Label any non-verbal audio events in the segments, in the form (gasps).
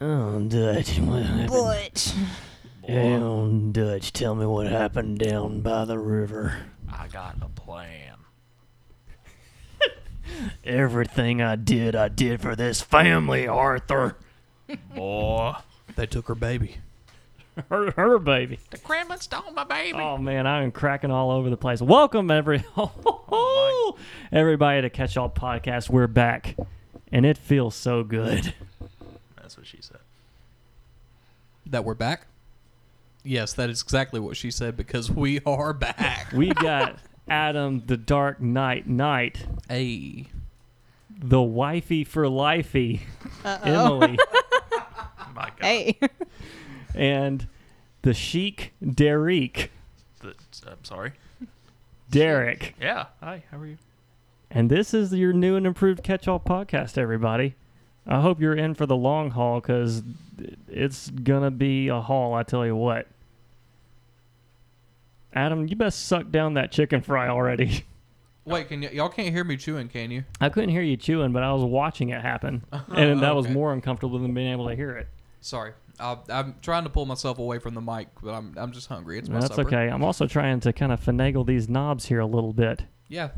Oh, Dutch. What happened? But Down, Dutch. Tell me what happened down by the river. I got a plan. Everything I did, I did for this family, Arthur. Boy. They took her baby. (laughs) Her, her baby. (laughs) The Kremlin stole my baby. Oh man, I'm cracking all over the place. Welcome every (laughs) everybody to Catch All Podcast. We're back, and it feels so good. That's what she said. That we're back? Yes, that is exactly what she said because we are back. We (laughs) got Adam, the Dark Knight, Knight, (laughs) hey. the wifey for lifey, Emily, Oh My God. hey, and the chic Derek, The- I'm sorry. Derek. Yeah. Hi. How are you? And this is your new and improved Catch All Podcast, everybody. I hope you're in for the long haul because it's gonna be a haul. I tell you what. Adam, you best suck down that chicken fry already. (laughs) Wait, can y- y'all can't hear me chewing, can you? I couldn't hear you chewing, but I was watching it happen, (laughs) and that was Oh, Okay. more uncomfortable than being able to hear it. Sorry. I, I'm trying to pull myself away from the mic, but I'm, I'm just hungry. It's my That's supper. okay. I'm also trying to kind of finagle these knobs here a little bit. Yeah.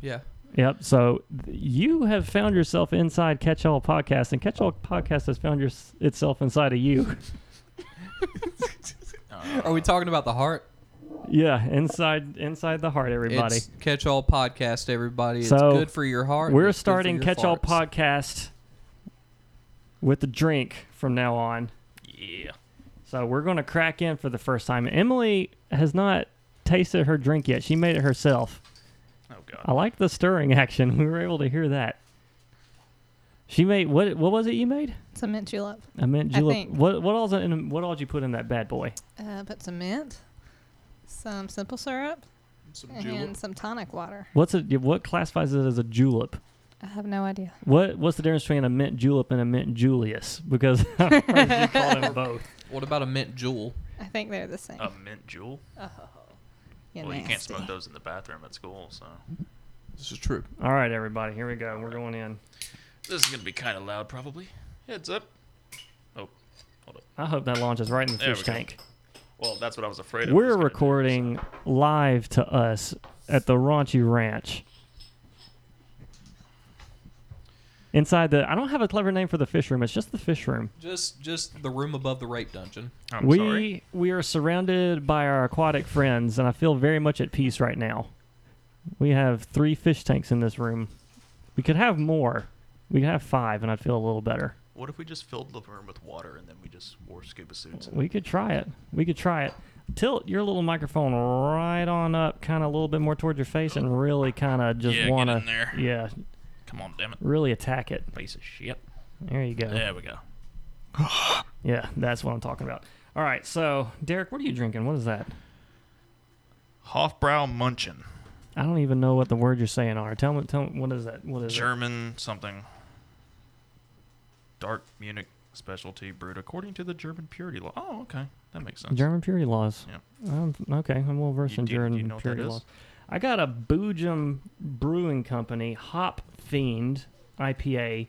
Yeah. Yep. So th- you have found yourself inside Catch All Podcast, and Catch All Podcast has found your, itself inside of you. (laughs) Are we talking about the heart? Yeah, inside inside the heart, everybody. It's Catch All Podcast, everybody. It's So, good for your heart. and We're it's good for starting your Catch All farts. Podcast with a drink from now on. Yeah. So we're going to crack in for the first time. Emily has not tasted her drink yet. She made it herself. Oh I God. liked the stirring (laughs) action. We were able to hear that. She made what? What was it you made? some mint you love. I meant I julep. think- What? What all's in? What all did you put in that bad boy? Uh, put some mint, some simple syrup, Some and some tonic water. What's it? What classifies it as a julep? I have no idea. What What's the difference between a mint julep and a mint Julius? Because (laughs) I've heard you call them both. What about a mint jewel? I think they're the Oh. same. Oh. A mint jewel. You're Um, well, you can't nasty. smoke those in the bathroom at school, so This is true. All right, everybody, here we go. We're going in. this is gonna be kind of loud, probably. Heads up. Oh, hold up. I hope that launches right in the There fish we go. tank. Well, that's what I was afraid of. We're was gonna do, so- recording live to us at the Raunchy Ranch. Inside the, I don't have a clever name for the fish room. It's just the fish room. Just just the room above the rape dungeon. I'm we sorry. we are surrounded by our aquatic friends, and I feel very much at peace right now. We have three fish tanks in this room. We could have more. We could have five, and I'd feel a little better. What if we just filled the room with water and then we just wore scuba suits? We could try it. We could try it. Tilt your little microphone right on up, kind of a little bit more toward your face, and really kind of just Yeah, get want in there. to, yeah, Come on, damn it, really attack it. piece of shit. There you go. Yeah. There we go. that's what I'm talking about. All right, so Derek, what are you drinking? What is that? Hofbrau Munchen, I don't even know what the word you're saying are. Tell me, tell me, what is that? What is it? German something. Dark Munich specialty brewed according to the German purity law. Oh, okay, that makes sense. German purity laws. Yeah. Um, okay, I'm well versed You- in do you- do German you know what that purity is? laws. I got a Boojum Brewing Company Hop Fiend IPA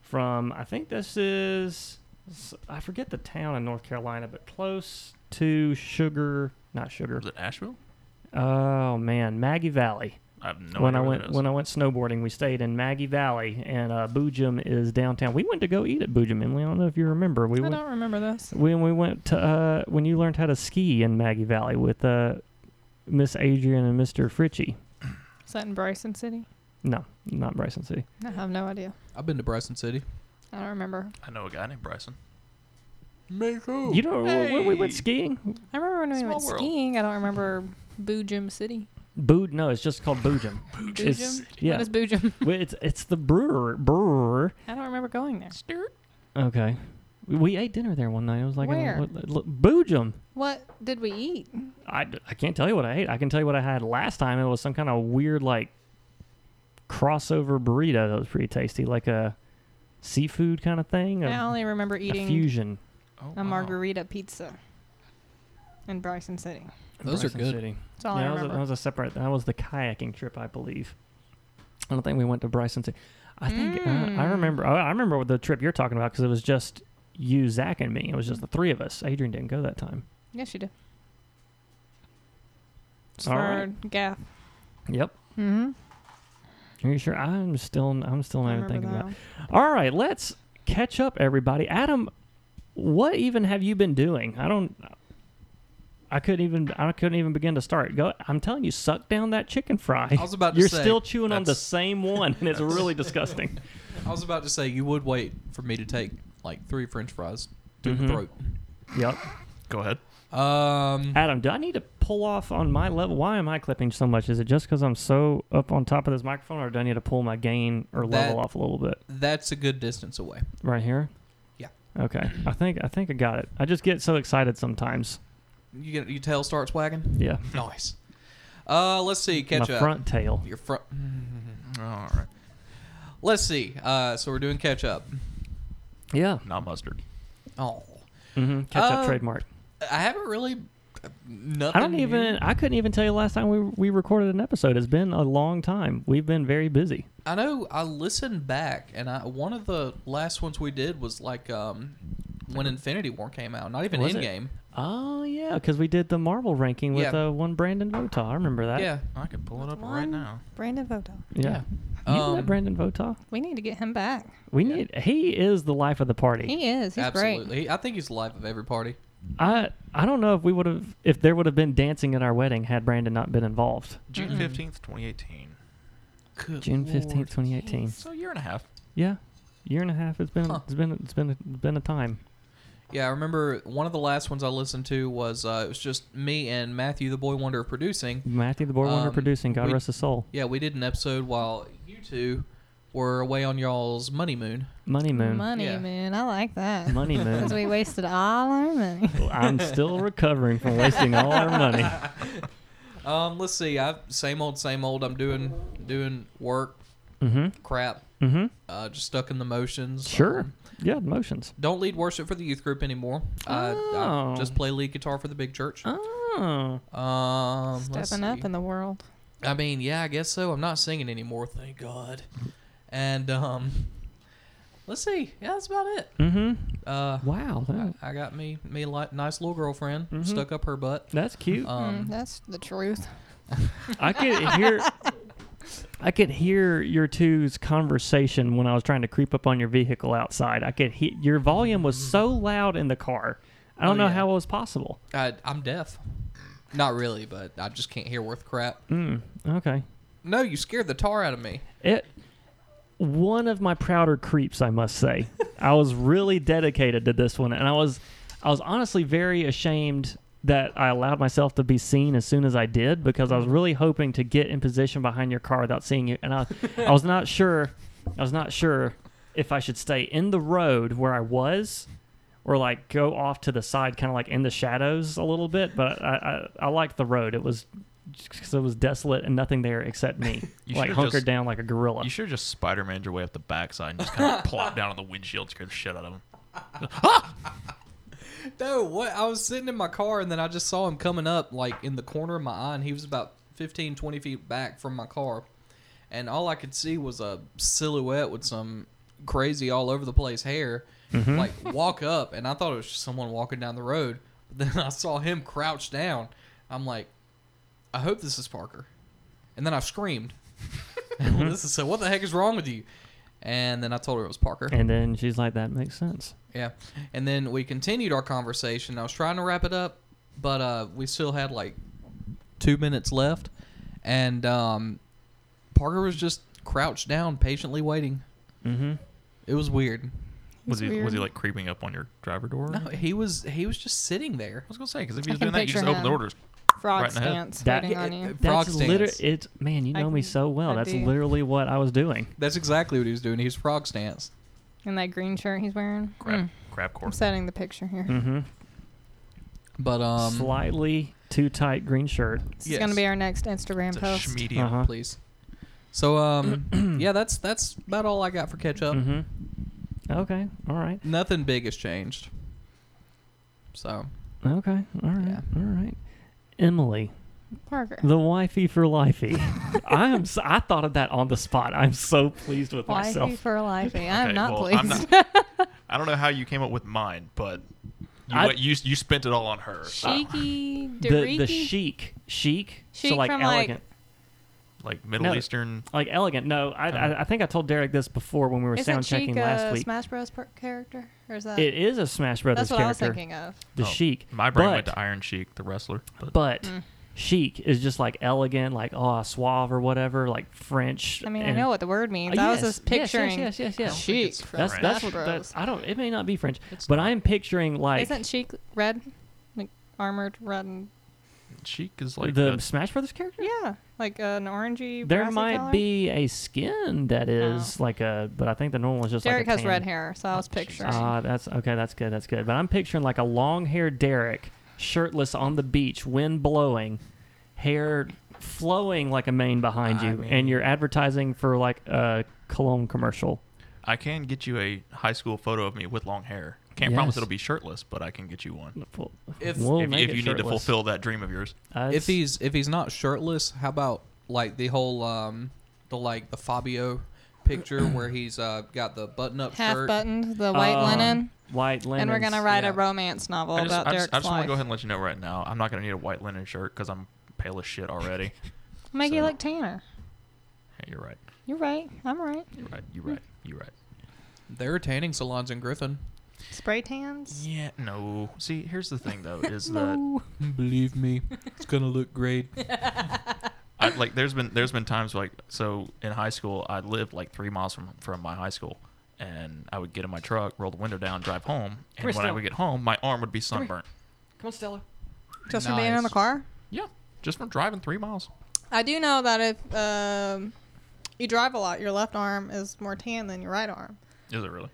from I think this is I forget the town in North Carolina, but close to Sugar, not Sugar. Was it Asheville? Oh man, Maggie Valley. I have no when I idea. went when I went snowboarding, we stayed in Maggie Valley, and uh, Boojum is downtown. We went to go eat at Boojum, Emily. I don't know if you remember. We I went don't remember this. when we went to uh, when you learned how to ski in Maggie Valley with uh, Miss Adrian and Mister Fritchie. Is that in Bryson City? No, not Bryson City. I have no idea. I've been to Bryson City. I don't remember. I know a guy named Bryson. Me too. You know wh- when we went Hey. skiing? I remember when we Small went world. skiing. I don't remember Boo Jim City. Bood? No, it's just called (laughs) Boojum. It's, Boojum? yeah, What is (laughs) Boo Jim? Well, it's it's the brewer brewer. I don't remember going there. Okay, we, we ate dinner there one night. It was like Where? A, what, look, Boojum. What did we eat? I, d- I can't tell you what I ate. I can tell you what I had last time. It was some kind of weird like crossover burrito that was pretty tasty, like a seafood kind of thing. a- I only remember a eating fusion. Oh, a wow. margarita pizza in Bryson City. Those are Bryson good. City. That's all Yeah, I that, was a, remember. that was a separate. That was the kayaking trip, I believe. I don't think we went to Bryson City. I think uh, I Mm. remember. I, I remember the trip you're talking about because it was just you, Zach, and me. It was just the three of us. Adrian didn't go that time. Yes, you do. It's All for right. Gaff. Yep. Mm-hmm. Are you sure? I'm still I'm still not thinking about. It. All right, let's catch up, everybody. Adam, what even have you been doing? I don't. I couldn't even I couldn't even begin to start. Go. I'm telling you, suck down that chicken fry. I was about to You're say, still chewing on the (laughs) that's- same one, and it's (laughs) really disgusting. I was about to say you would wait for me to take like three French fries to Mhm. the throat. Yep. Go ahead. Um, Adam, do I need to pull off on my level? Why am I clipping so much? Is it just because I'm so up on top of this microphone, or do I need to pull my gain or level That- off a little bit? that's a good distance away. Right here. Yeah. Okay. I think I think I got it. I just get so excited sometimes. You get your tail starts wagging. Yeah. nice. Uh, let's see. Catch my up. front tail. Your front. All right. Let's see. Uh, so we're doing catch up. Yeah. Not mustard. Oh, Mm-hmm. Catch up Uh, trademark. I haven't really. uh, Nothing. I don't new. even. I couldn't even tell you last time we we recorded an episode. It's been a long time. We've been very busy. I know. I listened back, and I one of the last ones we did was like um, when Infinity War came out. Not even Was it? Endgame. Oh yeah, because we did the Marvel ranking with Yeah. uh, one Brandon Votaw. I remember that. Yeah. I can pull it up right One. now. Brandon Voto. Yeah. You Um, met Brandon Votaw. We need to get him back. We yeah. need. He is the life of the party. He is. He's absolutely. great. He- I think he's the life of every party. I I don't know if we would have if there would have been dancing at our wedding had Brandon not been involved. June Mm-mm. fifteenth, twenty eighteen. Good June Lord. fifteenth, twenty eighteen. So a year and a half. Yeah, year and a half. It's been Huh. it's been it's been it's been a time. Yeah, I remember one of the last ones I listened to was uh, it was just me and Matthew, the boy wonder of producing. Matthew the Boy Wonder Um, producing. God we- rest his soul. Yeah, we did an episode while you two were away on y'all's money moon. Money Moon. Money, Yeah. man. I like (laughs) that. Money Moon. Because we wasted all our money. I'm still recovering from wasting all our money. Um, let's see. I same old, same old. I'm doing doing work Mm-hmm. crap. Mm-hmm. Uh, just stuck in the motions. Sure. Um, Yeah, motions. don't lead worship for the youth group anymore. I, Oh. I just play lead guitar for the big church. Oh. Um, let's Stepping up see. in the world. I mean, yeah, I guess so. I'm not singing anymore, thank God. And um, let's see. Yeah, that's about it. Mm-hmm. Uh, Wow. I, that- I got me me a li- nice little girlfriend Mhm. stuck up her butt. that's cute. Um, Mm, that's the truth. I could hear. I could hear your two's conversation when I was trying to creep up on your vehicle outside. I could hear your volume was so loud in the car. I don't Oh, know yeah. how it was possible. I, I'm deaf. Not really, but I just can't hear worth crap. Mm, okay. No, you scared the tar out of me. It one of my prouder creeps, I must say. I was really dedicated to this one, and I was I was honestly very ashamed that I allowed myself to be seen as soon as I did because I was really hoping to get in position behind your car without seeing you, and I I was not sure I was not sure if I should stay in the road where I was. Or like go off to the side, kind of like in the shadows a little bit. But I, I, I liked the road. It was because it was desolate and nothing there except me, You like should've hunkered just- down like a gorilla. You should have just Spider Man your way up the backside and just kind (laughs) of plop down on the windshield, scared the shit out of him. No, what? I was sitting in my car and then I just saw him coming up like in the corner of my eye and he was about 15, 20 feet back from my car. And all I could see was a silhouette with some crazy all over the place hair like walk up and I thought it was just someone walking down the road. (laughs) But then I saw him crouch down. I'm like, I hope this is Parker. And then I screamed. (laughs) this is so what the heck is wrong with you? And then I told her it was Parker. And then she's like, "That makes sense." Yeah. And then we continued our conversation. I was trying to wrap it up, but uh, we still had like two minutes left. And um, Parker was just crouched down, patiently waiting. Mm-hmm. It was weird. Was he was weird. he like creeping up on your driver door? No, he was he was just sitting there. I was gonna say because if I he was can doing that, you picture just open the him. orders. Frog Right in the head. stance That- waiting on it- you. it- Frog That's literally stance. it's man. You I know me can- so well. I That's do. literally what I was doing. That's exactly what he was doing. He was frog stance. And that green shirt he's wearing. Crap, Mm. crap corn. I'm setting the picture here. Mm-hmm. But um, Slightly too tight green shirt. This is going yes. to be our next Instagram It's a post. schmedium. Uh-huh. please. (clears throat) So um, yeah, that's that's about all I got for catch up. Mm-hmm. Okay. All right. Nothing big has changed. So Okay. All right. Yeah. All right. Emily, Parker. the wifey for (laughs) lifey. I am. So, I thought of that on the spot. I'm so pleased with Wifey myself. for lifey. I am Okay, not (laughs) well, I'm pleased. I don't know how you came up with mine, but you I- went- you, you spent it all on her. Uh, Cheeky, The, the Doriki? chic, chic, Chic so like from, like- elegant, Like Middle No. uh, Eastern. like, elegant. No, I, I I think I told Derek this before when we were Isn't sound checking Sheik last a week. Smash Bros. Per- character? Or is that? it is a Smash Brothers that's what I was character, thinking of. the Oh, chic. My brain went but- to Iron Sheik, the wrestler. But, but Mm. chic is just like elegant, like oh suave or whatever, like French. I mean, I and- know what the word means. Uh, I was yes, just yes, yes, picturing yes, yes, yes. Sheik it's from That's French. that's Smash what Bros. that's. I don't. It may not be French, but I am picturing like Isn't Sheik red, like armored red? And, Sheik is like the a- Smash Brothers character. yeah, like an orangey. There brassy might color? be a skin that is like a, but I think the normal is just Derek like a has red tan. hair, so I was picturing. Ah, that's okay. That's good. That's good. But I'm picturing like a long-haired Derek, shirtless on the beach, wind blowing, hair flowing like a mane behind I you, mean- and you're advertising for like a cologne commercial. I can get you a high school photo of me with long hair. Can't Yes. promise it'll be shirtless, but I can get you one. Full- If- we'll if make if it you need to shirtless. fulfill that dream of yours. Uh, if it's- he's if he's not shirtless, how about like the whole um the like the Fabio (clears throat) picture where he's uh got the button up Half shirt. buttoned, the white Um, linen, white linen, and we're gonna write yeah. a romance novel I just, about I Derek's just, I just want life. to go ahead and let you know right now. I'm not going to need a white linen shirt because I'm pale as (laughs) shit already. Make so- you look tanner. Hey, you're right. You're right. I'm right. You're right. Hmm. You're right. You're right. There are tanning salons in Griffin. Spray tans. Yeah. No. See, here's the thing though, (laughs) is that No. (laughs) Believe me, it's gonna look (laughs) great. I, like there's been there's been times like so in high school I lived like three miles from from my high school. And I would get in my truck, roll the window down, drive home. And here, when I Stella. would get home, my arm would be sunburnt. Come on, Stella. Just from being in the Nice. car. Yeah, just from driving three miles. I do know that if um, you drive a lot, your left arm is more tan than your right arm. Is it really?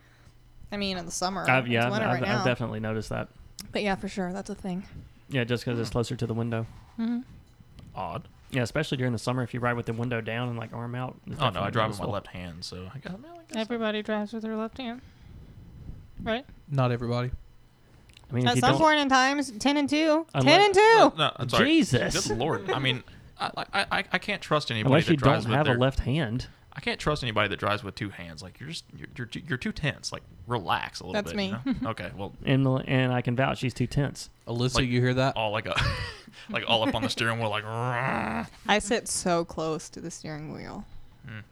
I mean, in the summer, I've, yeah, it's I've, winter I've, right now. I've definitely noticed that. but yeah, for sure, that's a thing. Yeah, just because it's closer to the window. Mm-hmm. Odd. Yeah, especially during the summer, if you ride with the window down and like arm out. it's Oh no, definitely I drive with my noticeable. left hand, so I got. I mean, I guess- Everybody drives with their left hand, right? Not everybody. I mean, if At you some don't- point in times, ten and two, ten Unless- and two. No, I'm sorry. Jesus. Good lord. I mean, I, I, I, I can't trust anybody unless that you drives don't with have their, a left hand. I can't trust anybody that drives with two hands. Like you're just you're you're, too- you're too tense. Like relax a little That's bit. me. You (laughs) know? okay, well, And, and I can vouch she's too tense. Alyssa, Like- you hear Uh, that? all like a (laughs) like all up on the steering wheel, like. (laughs) Hmm. "Rah." I sit so close to the steering wheel,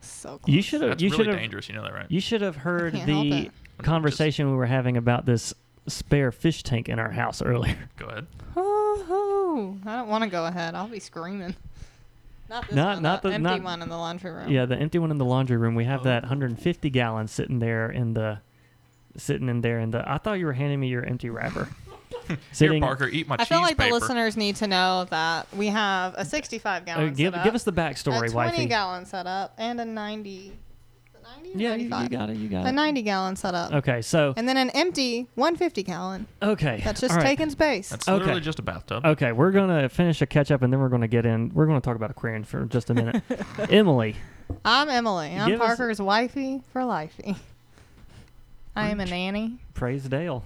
so close. You should have. That's You really should have. dangerous. You know that, right? You should have heard can't help the it. conversation we were having about this spare fish tank in our house (laughs) earlier. Go ahead. Woo-hoo. I don't want to go ahead. I'll be screaming. Not this Not- one. not the, the- empty not- one in the laundry room. Yeah, the empty one in the laundry room. We Oh. have that 150 gallon sitting there in the, sitting in there in the. I thought you were handing me your empty wrapper. (laughs) Here, Parker, eat my I cheese feel like paper. the listeners need to know that we have (laughs) a 65 Uh, gallon. give setup, give us the a backstory, 20 wifey. gallon setup, and a 90. the 90 or yeah, you, you 95? got it. You got A it. 90 gallon setup, Okay, so and then an empty 150 gallon. okay, That's just all right. Oh, taking space. That's Okay. literally just a bathtub. Okay, we're gonna finish a catch up, and then we're gonna get in. We're gonna talk about Aquarian for just a (laughs) minute. Emily, I'm Emily. I'm Give us- Parker's wifey for lifey. I am a nanny. praise Dale.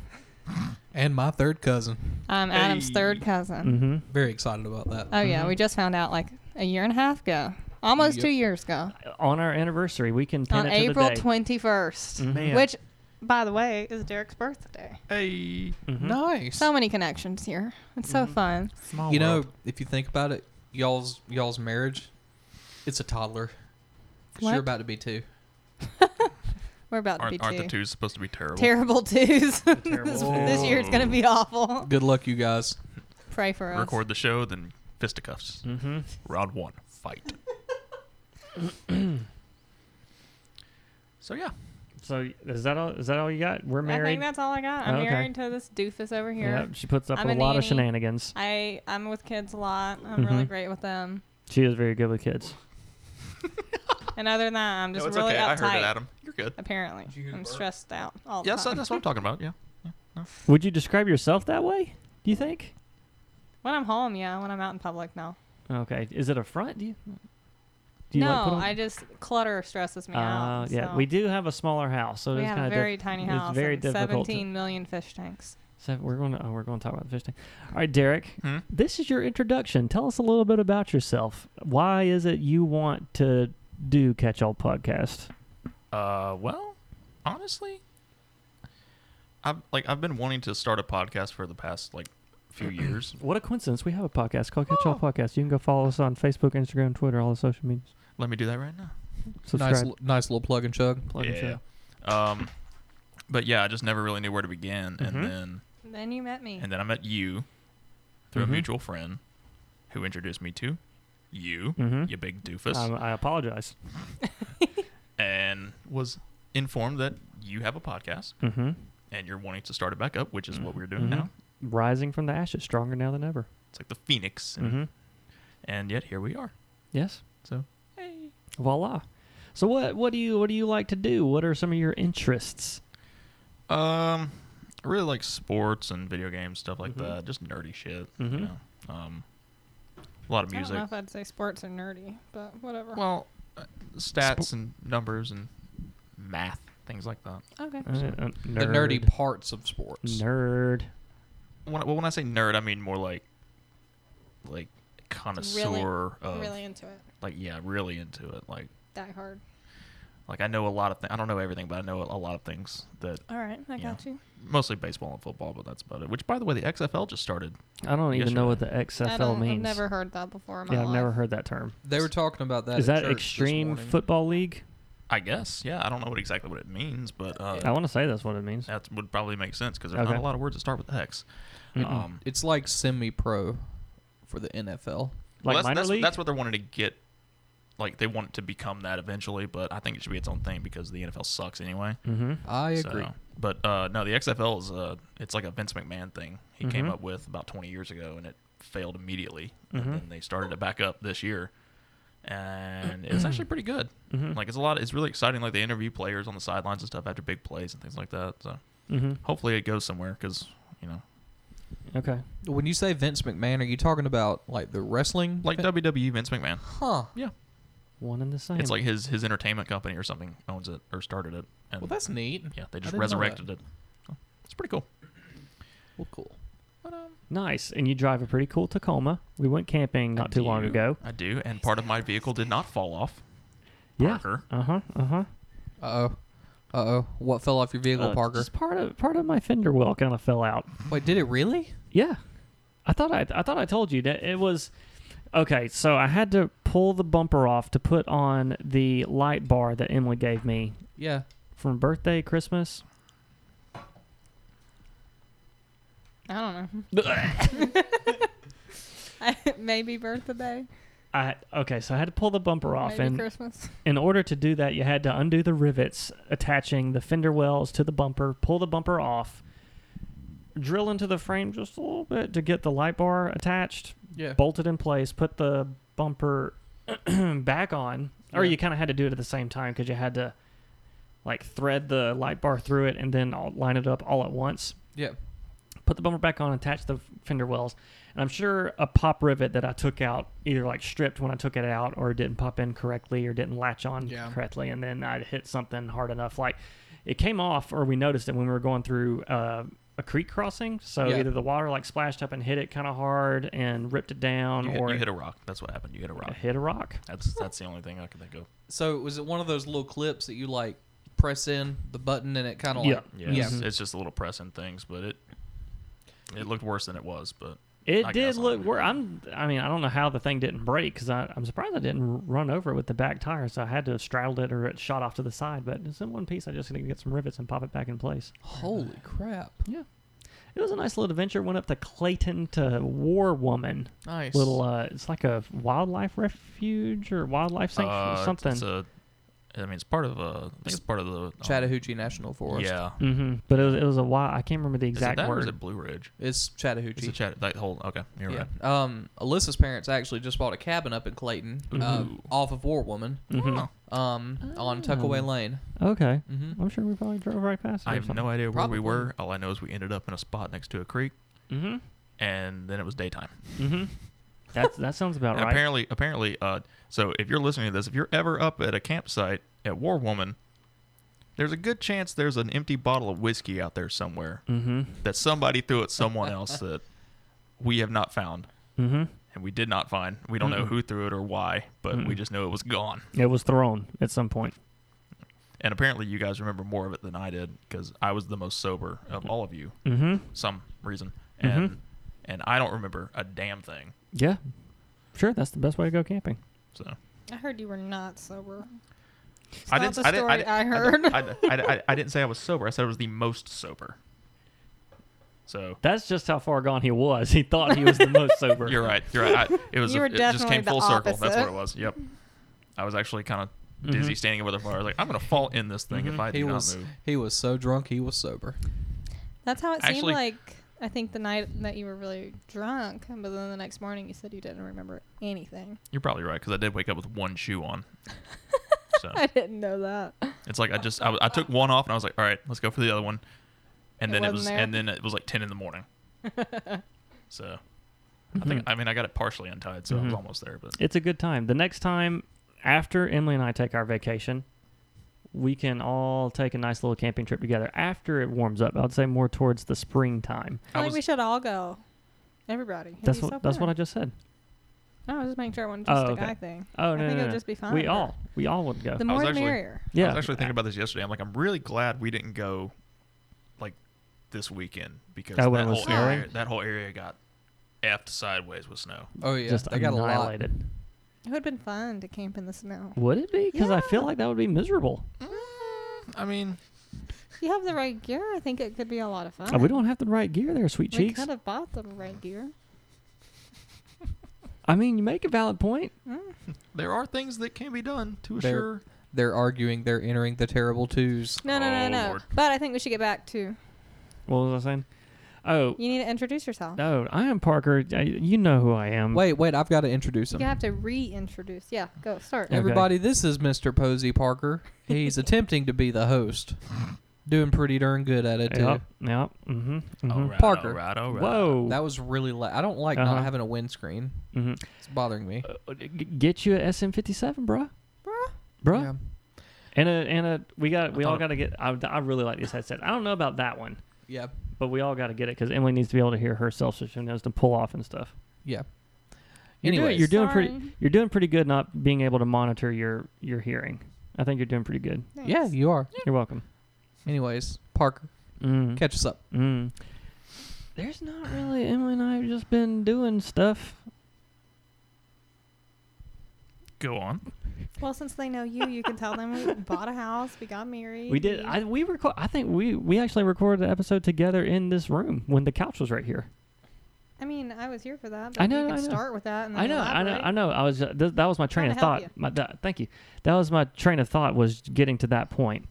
And my third cousin. I'm Adam's third cousin. Mm-hmm. Very excited about that. Oh yeah, we just found out like a year and a half ago, almost Yep. two years ago, On our anniversary, we can pin on it to April the day. Mm-hmm. 21st, Man. which, by the way, is Derek's birthday. Hey. Mm-hmm. Mhm. Nice. So many connections here. It's so fun. Small you know, world. if you think about it, y'all's y'all's marriage, it's a toddler. 'Cause What? You're about to be two. We're about to be aren't, aren't the two. twos supposed to be terrible? Terrible twos. terrible twos. this, (laughs) this year's gonna be (laughs) awful. Good luck, you guys. Pray for us. Record the show, then fisticuffs. Mm-hmm. Round one, fight. (clears throat) so yeah, So is that all? Is that all you got? We're I think married. that's all I got. I'm Okay. married to this doofus over here. Yep, she puts up I'm a a lot of nanny. shenanigans. I I'm with kids a lot. I'm really Mhm. great with them. She is very good with kids. And other than that, I'm no, just it's really okay. I uptight. heard it, Adam. You're good. Apparently, Did you hear the I'm burp? stressed out all the Yes, time. that's what I'm talking about. Yeah. Would you describe yourself that way? Do you think? When I'm home, yeah. When I'm out in public, no. Okay. Is it a front? Do you? Do you no, like put on? I just clutter stresses me Uh, out. yeah, so. we do have a smaller house, so We it's have kind a of very tiny it's house. very and difficult to- 17 million fish tanks. So we're going. To, oh, we're going to talk about the fish tank. All right, Derek. Hmm? This is your introduction. Tell us a little bit about yourself. Why is it you want to do Catch All Podcast? Uh, well, honestly, I've like I've been wanting to start a podcast for the past like (clears throat) few years. What a coincidence. We have a podcast called Catch All Podcast. You can go follow us on Facebook, Instagram, Twitter, all the social medias. Let me do that right now. Subscribe. Nice, l- nice little plug and chug. plug and Yeah. chug. Um, but yeah, I just never really knew where to begin, Mm-hmm. Mhm. and then Then you met me. and then I met you through Mm-hmm. Mhm. a mutual friend who introduced me to you, Mm-hmm. Mhm. you big doofus, Um, I apologize. and was informed that you have a podcast hmm and you're wanting to start it back up, which is what we're doing Mm-hmm. Mhm. now. Rising from the ashes, stronger now than ever. It's like the phoenix, and, hmm and yet here we are. Yes. So Voila. So what what do you what do you like to do? What are some of your interests? Um, I really like sports and video games stuff like Mhm. that. Just nerdy shit, Mhm. you know. Um, a lot of I don't music. know if I'd say sports are nerdy, but whatever. Well, uh, stats and numbers and math, things like that. okay. Uh, uh, The nerdy nerd. parts of sports. Nerd. When I, well, when I say nerd, I mean more like like connoisseur of really into it. like yeah, really into it. Like Die hard. like I know a lot of things. I don't know everything, but I know a lot of things that All right, I Yeah. got you. mostly baseball and football, but that's about it. Which by the way, the XFL just started. I don't even know what the Yesterday. I XFL don't, means. I've never heard that before in my yeah, life. I've never heard that term. They were talking about that. Is at that church this extreme morning. football league? I guess. Yeah, I don't know what exactly what it means, but uh, I want to say that's what it means. that would probably make sense because there's not Okay. a lot of words that start with X. Mm-mm. Um, It's like semi-pro for the NFL. like well, that's, minor that's, league. that's what they're wanting to get. Like they want it to become that eventually, but I think it should be its own thing because the NFL sucks anyway. mm-hmm. I agree. So, but uh, no, the XFL is uh, it's like a Vince McMahon thing he came Mhm. up with about 20 years ago, and it failed immediately. Mhm. And then they started it back up this year, (clears throat) and it's actually pretty good. Mhm. Mm-hmm. Like it's a lot. It's really exciting. Like they interview players on the sidelines and stuff after big plays and things like that. So Mm-hmm. hopefully it goes somewhere because you know, Okay. When you say Vince McMahon, are you talking about like the wrestling? like Vin- WWE Vince McMahon. huh? Yeah, One and the same. it's like his his entertainment company or something owns it or started it. And Well, that's neat. yeah, they I just didn't know that. resurrected it. So, it's pretty cool. Well, cool. nice. And you drive a pretty cool Tacoma. We went camping not I too long do- ago. I do, and part of my vehicle did not fall off. Yeah. Parker. Uh huh. Uh huh. Uh oh. Uh oh. What fell off your vehicle, Parker? Uh, Just (laughs) part of part of my fender well kind of fell out. Wait, did it really? Yeah, I thought I, I thought I told you that it was okay. So I had to pull the bumper off to put on the light bar that Emily gave me Yeah. from birthday, Christmas. I don't know. (laughs) Maybe birthday. I okay, so I had to pull the bumper off, Maybe and Christmas. in order to do that, you had to undo the rivets attaching the fender wells to the bumper, pull the bumper off, drill into the frame just a little bit to get the light bar attached, Yeah. bolted in place, put the bumper (clears throat) back on, or Yeah. you kind of had to do it at the same time because you had to like thread the light bar through it and then all, line it up all at once. Yeah. Put the bumper back on, attach the fender wells, and I'm sure a pop rivet that I took out either like stripped when I took it out, or didn't pop in correctly, or didn't latch on Yeah. correctly, and then I hit something hard enough like it came off, or we noticed it when we were going through uh, a creek crossing. So Yeah. either the water like splashed up and hit it kind of hard and ripped it down, You hit, or you hit a rock. That's what happened. You hit a I rock. hit a rock. That's that's the only thing I can think of. So was it one of those little clips that you like press in the button and it kind of Yeah. like Yeah, it's, it's just a little pressing things, but it it looked worse than it was. But It I did guess look. I'm- Where I'm, I mean, I don't know how the thing didn't break because I'm surprised I didn't r- run over it with the back tire. So I had to have straddled it or it shot off to the side. But it's in one piece. I just need to get some rivets and pop it back in place. holy crap? It was a nice little adventure. Went up to Clayton to War Woman. Nice. Little, uh, it's like a wildlife refuge or wildlife sanctuary, uh, it's- something. It's a, I mean, it's part of a. I think it's part of the um, Chattahoochee National Forest. Yeah, hmm But it was, it was a wild. I can't remember the is it exact that or is word. it Blue Ridge? It's It's Chattahoochee. a chat. That whole okay, you're yeah. right. Um, Alyssa's parents actually just bought a cabin up in Clayton, uh, Ooh. off of War Woman, Mhm. Oh, um, on Oh. Tuckaway Lane. Okay. hmm I'm sure we probably drove right past it. Mm-hmm. I have no idea where Probably. we were. All I know is we ended up in a spot next to a creek, Mm and then it was daytime. hmm. Mm hmm. That's, that sounds about And right. apparently, apparently, uh, so if you're listening to this, if you're ever up at a campsite at War Woman, there's a good chance there's an empty bottle of whiskey out there somewhere Mm that somebody threw at someone (laughs) else that we have not found hmm. Mm hmm. and we did not find. We don't know Mm-mm. who threw it or why, but we Mm-mm. just know it was gone. It was thrown at some point. And apparently, you guys remember more of it than I did because I was the most sober of all of you, Mm-hmm. some reason, Mm-hmm. and and I don't remember a damn thing. Yeah. Sure, that's the best way to go camping. So I heard you were not sober. It's I not didn't. the I didn't. I story didn't- I I didn't- heard. I didn't- I didn't- I didn't say I was sober. I said I was the most sober. So That's just how far gone he was. He thought he was the (laughs) most sober. You're right. You're right. I, it was. a- You were it just definitely came the full circle. That's what opposite. it was. Yep. I was actually kind of dizzy standing over the fire. I was like, I'm gonna fall in this thing if I do Mm-hmm. He not was move. he was so drunk he was sober. That's how it seemed Actually- like. I think the night that you were really drunk, but then the next morning you said you didn't remember anything. You're probably right because I did wake up with one shoe on. (laughs) So (laughs) I didn't know that. (laughs) it's like I just I, I took one off and I was like, all right, let's go for the other one, and It then it wasn't was there. and then it was like ten in the morning. so I think I mean I got it partially untied, so I was Mhm. almost there. But Mm-hmm. It's a good time. The next time after Emily and I take our vacation, we can all take a nice little camping trip together after it warms up. I'd say more towards the springtime. I, I think was- we should all go. Everybody. It'd That's be what so that's what I fun. just said. No, I was just making sure it wasn't just Oh, a okay. guy thing. Oh I no, think no, it would no. just be fun. We but all we all would go. The I was more the actually- merrier. yeah. I was actually thinking about this yesterday. I'm like, I'm really glad we didn't go like this weekend because Oh, that when it whole was snowing? area that whole area got effed sideways with snow. Oh yeah, just they got a lot. annihilated. It would have been fun to camp in the snow. (laughs) Would it be? Because I feel Yeah. like that would be miserable. I mean, If you have the right gear, I think it could be a lot of fun. Uh, we don't have the right gear there, sweet We cheeks. could have bought the right gear. I mean, you make a valid point. there are things that can be done to There- assure. They're arguing they're entering the terrible twos. No, no, no, Oh, no. Lord. But I think we should get back to. What was I saying? Oh You need to introduce yourself. no, I am Parker. I, you know who I Um, am. Wait, wait, I've got to introduce him. You have to reintroduce. Yeah, go start. Yeah. Everybody, this is Mr. Posey Parker. (laughs) He's attempting to be the host. Doing pretty darn good at it, too. Yep. Yep. Mm-hmm. All hmm right, Parker. All right, all right. Whoa. That was really loud. I don't like Uh-huh. not having a windscreen. hmm It's bothering me. Uh, Uh, G- get you a SM57, bruh. Bruh. Bruh. Yeah. And a and a we got we I all thought- got to get. I, I really like this headset. I don't know about that one, Yeah. but we all got to get it because Emily needs to be able to hear herself, so she knows to pull off and stuff. Yeah. You're doing, Anyways, you're doing pretty. Sorry. You're doing pretty good not being able to monitor your your hearing. I think you're doing pretty good. yeah, you are. You're welcome. Anyways, Parker, Mm. catch us up. Mm. There's not really Emily and I have just been doing stuff. Go on. Well, since they know you, you can tell them (laughs) we bought a house, we got married. We did. I we record. I think we we actually recorded the episode together in this room when the couch was right here. I mean, I was here for that. But I know, You I could know. start with that. And then I know, I know, elaborate. I know. I was uh, th- that was my train Trying of to help thought. My that, thank you. That was my train of thought was getting to that point.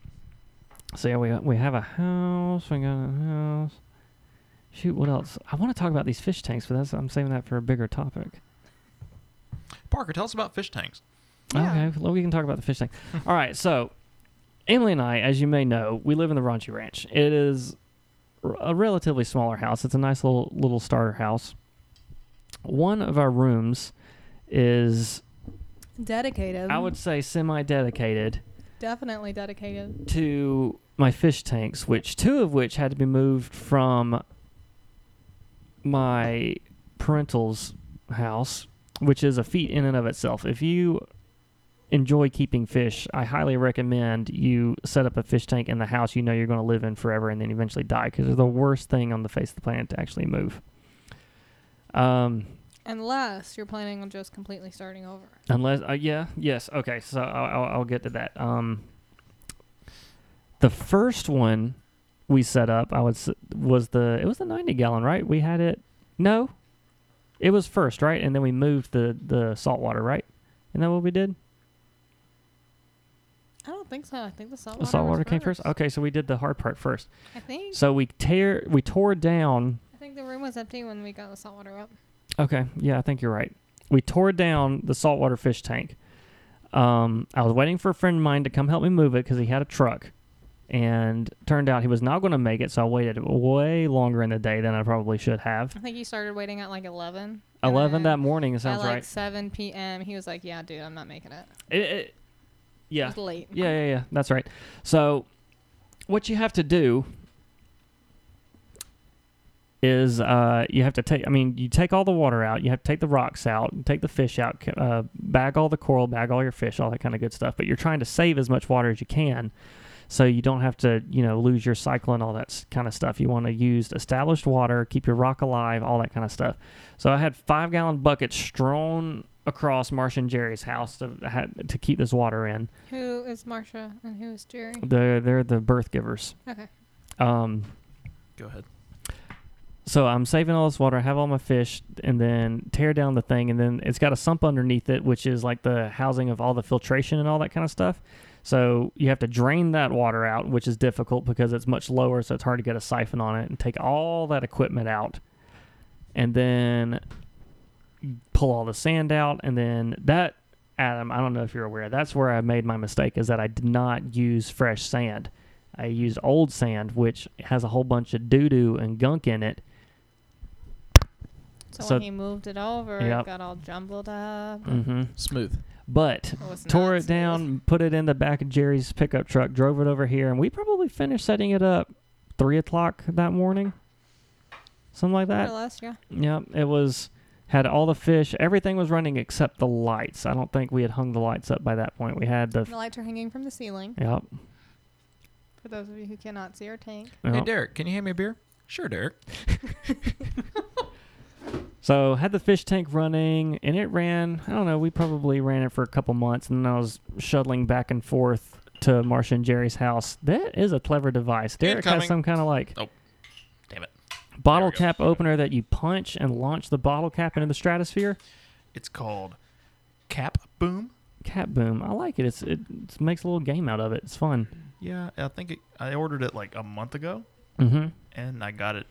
So yeah, we uh, we have a house. We got a house. Shoot, what else? I want to talk about these fish tanks, but that's I'm saving that for a bigger topic. Parker, tell us about fish tanks. Yeah. Okay, well, we can talk about the fish tank. All right, so Emily and I, as you may know, we live in the Raunchy Ranch. It is r- a relatively smaller house. It's a nice little little starter house. One of our rooms is, Dedicated. I would say, semi-dedicated definitely dedicated. to my fish tanks, which two of which had to be moved from my parental's house, which is a feat in and of itself. If you enjoy keeping fish, I highly recommend you set up a fish tank in the house you know you're going to live in forever and then eventually die because they're the worst thing on the face of the planet to actually move. Um, Unless you're planning on just completely starting over. Unless, uh, yeah, yes, okay. So I'll, I'll, I'll get to that. Um, the first one we set up, I would s- was the it was the ninety gallon, right? We had it. No, it was first, right? And then we moved the the salt water, right? Isn't that what we did? I don't think so. I think the salt The water, salt was water came first. Okay, so we did the hard part first. I think. So we tear we tore down I think the room was empty when we got the salt water up. Okay. Yeah, I think you're right. We tore down the saltwater fish tank. Um, I was waiting for a friend of mine to come help me move it because he had a truck. And turned out he was not going to make it, so I waited way longer in the day than I probably should have. I think you started waiting at like 11. and 11 that then morning, it sounds At like right. 7 p.m., he was like, "Yeah, dude, I'm not making it. It, it, yeah. It's late." Yeah, yeah, yeah. That's right. So, what you have to do is uh, you have to take. I mean, you take all the water out. You have to take the rocks out. you Take the fish out. ca- Uh, bag all the coral. Bag all your fish. All that kind of good stuff. But you're trying to save as much water as you can. so you don't have to you know lose your cycle and all that kind of stuff. You want to use established water, keep your rock alive, all that kind of stuff. So I had five gallon buckets strewn across Marsh and Jerry's house to had, to keep this water in. Who is Marsha and who is Jerry? They're they're the birth givers. Okay. Um, Go ahead. so I'm saving all this water. I have all my fish, and then tear down the thing, and then it's got a sump underneath it, which is like the housing of all the filtration and all that kind of stuff. So you have to drain that water out, which is difficult because it's much lower, so it's hard to get a siphon on it, and take all that equipment out, and then pull all the sand out, and then that. Adam, I don't know if you're aware. That's where I made my mistake is that I did not use fresh sand. I used old sand, which has a whole bunch of doo doo and gunk in it, So, So- when he moved it over, Yep. it got all jumbled up. Mm-hmm. Smooth. But It was tore not it smooth. down, put it in the back of Jerry's pickup truck, drove it over here, and we probably finished setting it up three o'clock that morning, something like More that. or less, yeah. Yeah, it was had all the fish. Everything was running except the lights. I don't think we had hung the lights up by that point. We had the. The lights are hanging from the ceiling. Yep. For those of you who cannot see our tank, Hey, yep. Derek, can you hand me a beer? Sure, Derek. So had the fish tank running, and it ran. I don't know. We probably ran it for a couple months, and then I was shuttling back and forth to Marsha and Jerry's house. That is a clever device. Derek has Incoming. some kind of like Oh, Damn it. bottle There we go. cap opener that you punch and launch the bottle cap into the stratosphere. It's called Cap Boom. Cap boom. I like it. It's it, it makes a little game out of it. It's fun. Yeah, I think it, I ordered it like a month ago, Mm-hmm. Oh, and I got it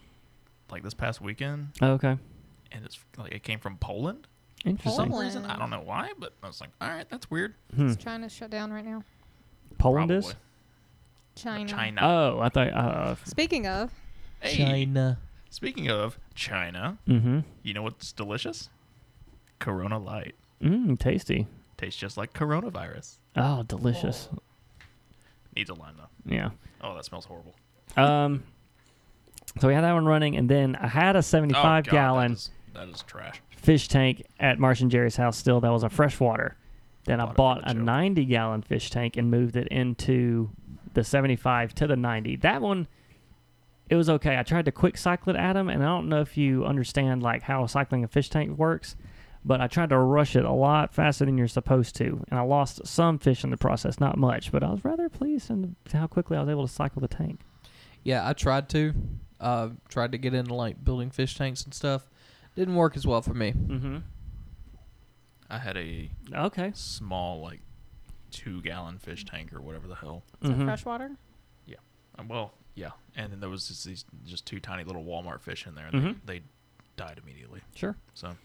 like this past weekend, Okay. and it's like it came from Poland for Interesting. some Poland, Poland. reason. I don't know why, but I was like, all right, that's weird. hmm. it's China's shut down right now. Poland is. Probably. China. China. Oh, I thought. Uh, Speaking of, Hey, China. speaking of China, mm-hmm. you know what's delicious? Corona Light Mm, tasty. tastes just like coronavirus. Oh, delicious. Needs a lime though. Yeah. Oh, that smells horrible. Um. So we had that one running, and then I had a Oh, 75 God, gallon That is, that is trash. fish tank at Marsh and Jerry's house. Still, that was a freshwater. Then I Bought it for bought the a joke. 90 gallon fish tank and moved it into the 75 to the 90. That one, it was okay. I tried to quick cycle it, Adam, and I don't know if you understand like how cycling a fish tank works, but I tried to rush it a lot faster than you're supposed to, and I lost some fish in the process, not much, but I was rather pleased in how quickly I was able to cycle the tank. Yeah, I tried to. Uh, tried to get into like building fish tanks and stuff. Didn't work as well for me. Mm, Mm-hmm. I had a Okay. small like two gallon fish tank or whatever the hell. so Mhm. freshwater. Um, well, yeah. And then there was just these just two tiny little Walmart fish in there, and Mhm. they, they died immediately. Sure. So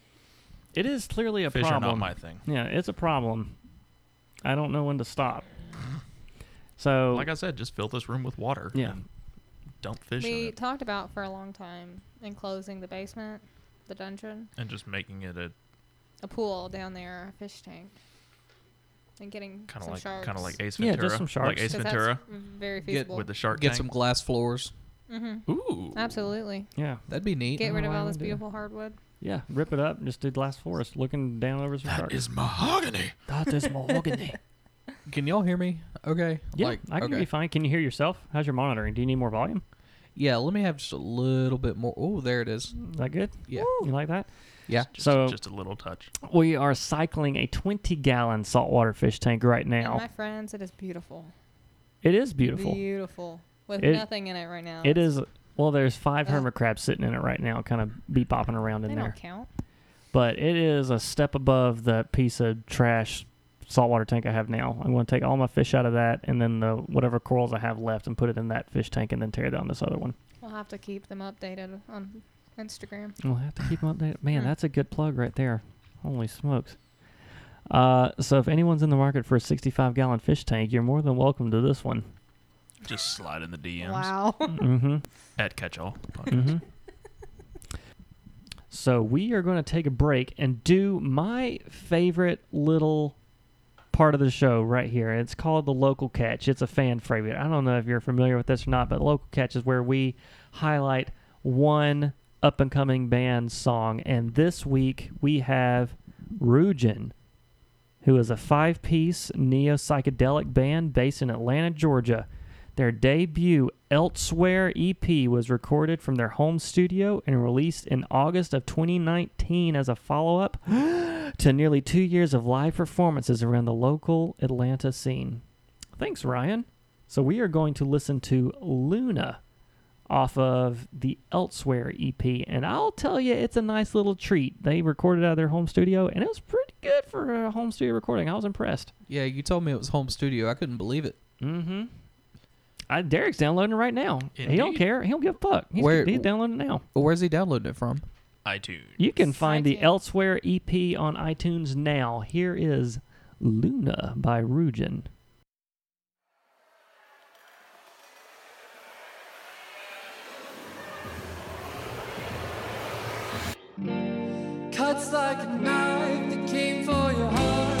It is clearly a fish problem. are not my thing. Yeah, it's a problem. I don't know when to (laughs) stop. So, Like I said, just fill this room with water. yeah, and Dump fish in We it talked about for a long time enclosing the basement, the dungeon, and just making it a a pool down there, a fish tank, and getting kind of some like sharks. kind of like Ace Yeah, Ventura. just some Like sharks. Ace 'Cause that's mm, Ventura Very Get feasible. with the shark Get tank. some glass floors. mm-hmm. Ooh. Absolutely. yeah, That'd be neat. Get rid of why all we this do that. beautiful hardwood. yeah. Rip it up and just do glass forest, looking down over some That sharks. is mahogany. that is mahogany. Can y'all hear me? Okay. (laughs) yeah, Like, I can okay. be fine. Can you hear yourself? How's your monitoring? Do you need more volume? Yeah, let me have just a little bit more. Oh, there it is. Is that good? Yeah. You like that? Yeah. Just, So- just a little touch. We are cycling a 20 gallon saltwater fish tank right And now. my friends, it is beautiful. It is beautiful. Beautiful. With It- nothing in it right now. It is. Well, there's five Ugh. hermit crabs sitting in it right now, kind of be bopping around They in don't there. count. but it is a step above the piece of trash saltwater tank I have now. I'm going to take all my fish out of that and then the whatever corals I have left and put it in that fish tank and then tear down this other one. We'll have to keep them updated on Instagram. We'll have to keep them updated. Man, Hmm. that's a good plug right there. Holy smokes. Uh, so if anyone's in the market for a 65 gallon fish tank, you're more than welcome to this (laughs) one. Just slide in the DMs Wow. (laughs) mm-hmm. at catchall. But hmm so we are going to take a break and do my favorite little part of the show right here. It's called the local catch. It's a fan favorite. I don't know if you're familiar with this or not, but local catch is where we highlight one up and coming band song. And this week we have Rugen, who is a five piece neo psychedelic band based in Atlanta, Georgia. Their debut Elsewhere EP was recorded from their home studio and released in August of 2019 as a follow up (gasps) to nearly two years of live performances around the local Atlanta scene. Thanks, Ryan. So we are going to listen to Luna off of the Elsewhere EP, and I'll tell you, it's a nice little treat. They recorded out of their home studio, and it was pretty good for a home studio recording. I was impressed. Yeah, you told me it was home studio. I couldn't believe it. Mm-hmm. I, Derek's downloading it right now. He don't Indeed. care. He don't give a fuck. He's, Where- he's downloading it now. But where's he downloading it from? iTunes. You can find the iTunes. Elsewhere EP on iTunes now. Here is Luna by Rugin. Cuts like a knife that came for your heart.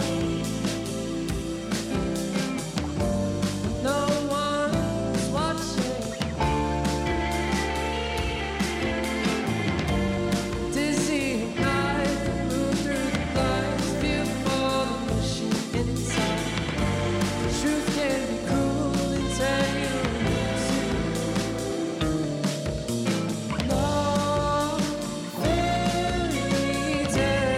No one's watching. Dizzy night, the moon through the blinds, feel for the machine inside. Truth can be cruel and tell you Love fairy tale.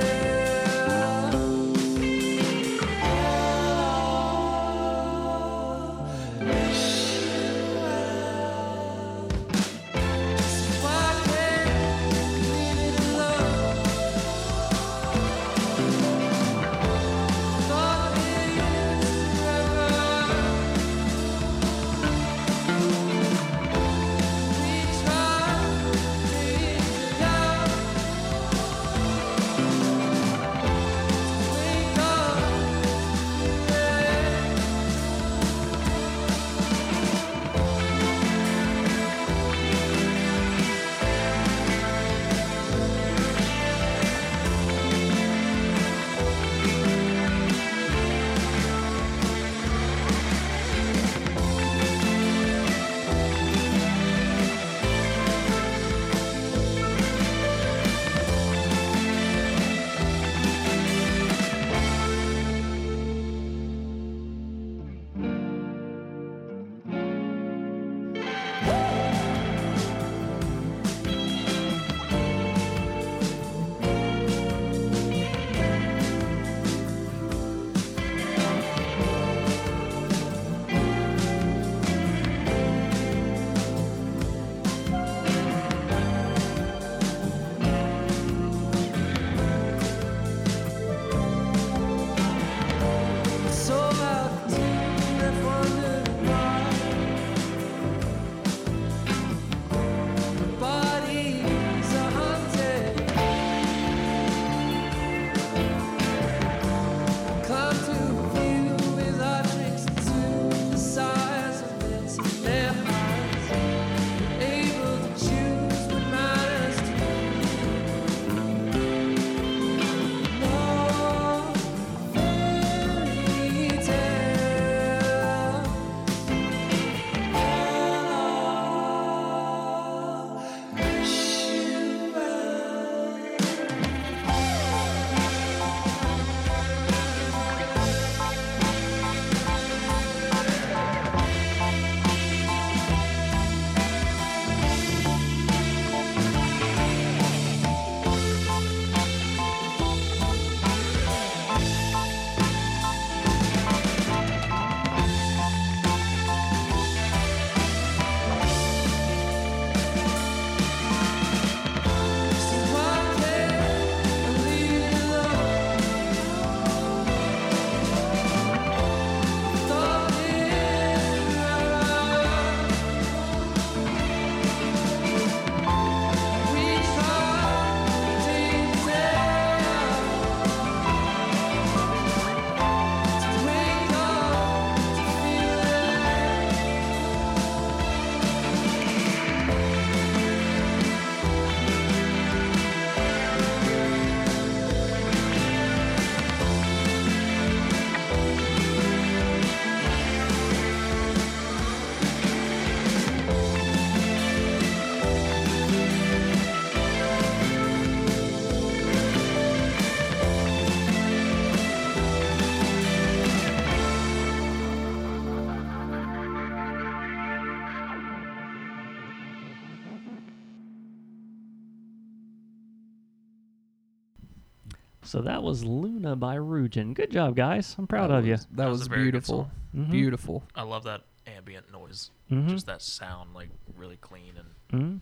So that was Luna by Rugen. Good job, guys. I'm proud That of you. was- That was was a very good beautiful. song. Mhm. Beautiful. I love that ambient noise. Mhm. Just that sound, like really clean and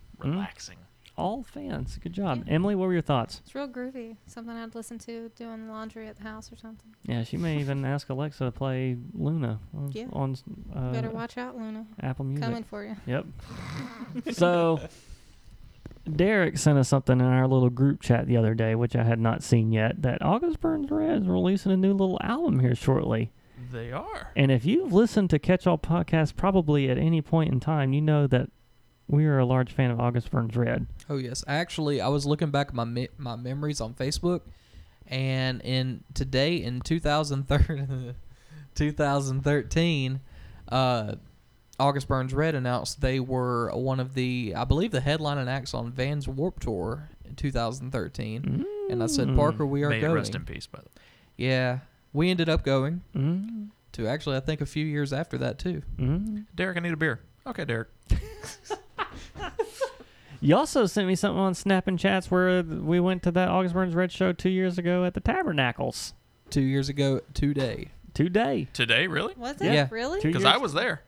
Mhm. Mhm. relaxing. All fans. Good job. Yeah. Emily, what were your thoughts? It's real groovy. Something I'd listen to doing laundry at the house or something. Yeah, she may even ask Alexa to play Luna on, Yeah. on uh, Better watch out, Luna. Apple Music. Coming for you. (laughs) Yep. so Derek sent us something in our little group chat the other day, which I had not seen yet, that August Burns Red is releasing a new little album here shortly. They are. And if you've listened to Catch All Podcast probably at any point in time, you know that we are a large fan of August Burns Red. Oh yes, actually, I was looking back at my me- my memories on Facebook, and in today in (laughs) 2013, 2013, uh, August Burns Red announced they were one of the I believe the headlining acts on Van's Warp Tour in 2013, and I said Mm. Parker, we are May it going. rest in peace, by the way. yeah, we ended up going Mm. to actually I think a few years after that too. Mm. Derek, I need a beer. Okay, Derek. You also sent me something on Snap and Chats where we went to that August Burns Red show two years ago at the Tabernacles. Two years ago today. Today. Today, really? Was Yeah. it Yeah. really? Two Because years- I was there.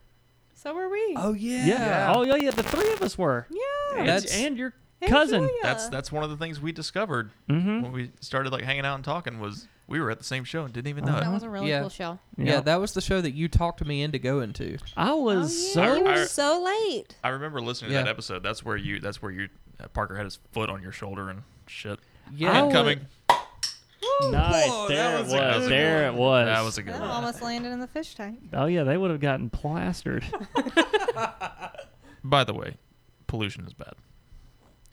So were we. Oh yeah. Yeah. Oh, yeah, yeah. The three of us were. yeah. And- That's- and your cousin. Julia. That's that's one of the things we discovered Mm-hmm. when we started like hanging out and talking was we were at the same show and didn't even know. Oh, That it. was a really Yeah. cool show. Yeah, that was the show that you talked me into going to. I was So Oh, you so. were I- so late. I remember listening Yeah. to that episode. That's where you. That's where you. Uh, Parker had his foot on your shoulder and shit. Yeah. I Incoming. Nice. Whoa, that there was it a was. good There it one. was. That was a good That one. almost landed in the fish tank. (laughs) Oh yeah, they would have gotten (laughs) plastered. By the way, pollution is bad.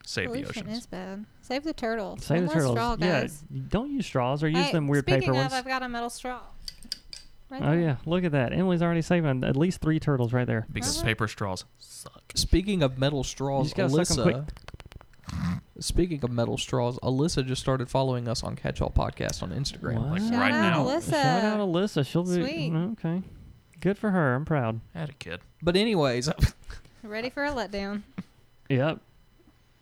Save the Pollution oceans. is bad. Save the turtle. Save One the less turtles. Straw, yeah, guys. don't use straws or use Hey, them weird speaking paper of, ones. I've got a metal straw. Right Oh there. yeah, look at that. Emily's already saving at least three turtles right there. because Uh-huh. paper straws suck. Speaking of metal straws, just gotta suck 'em Alyssa. Speaking of metal straws, Alyssa just started following us on Catch All Podcast on Instagram. Like Wow. right Shout now, out Alyssa. Shout out Alyssa. She'll be mm, Sweet. okay. Good for her. I'm proud. I had a kid. But anyways, (laughs) Ready for a letdown. Yep.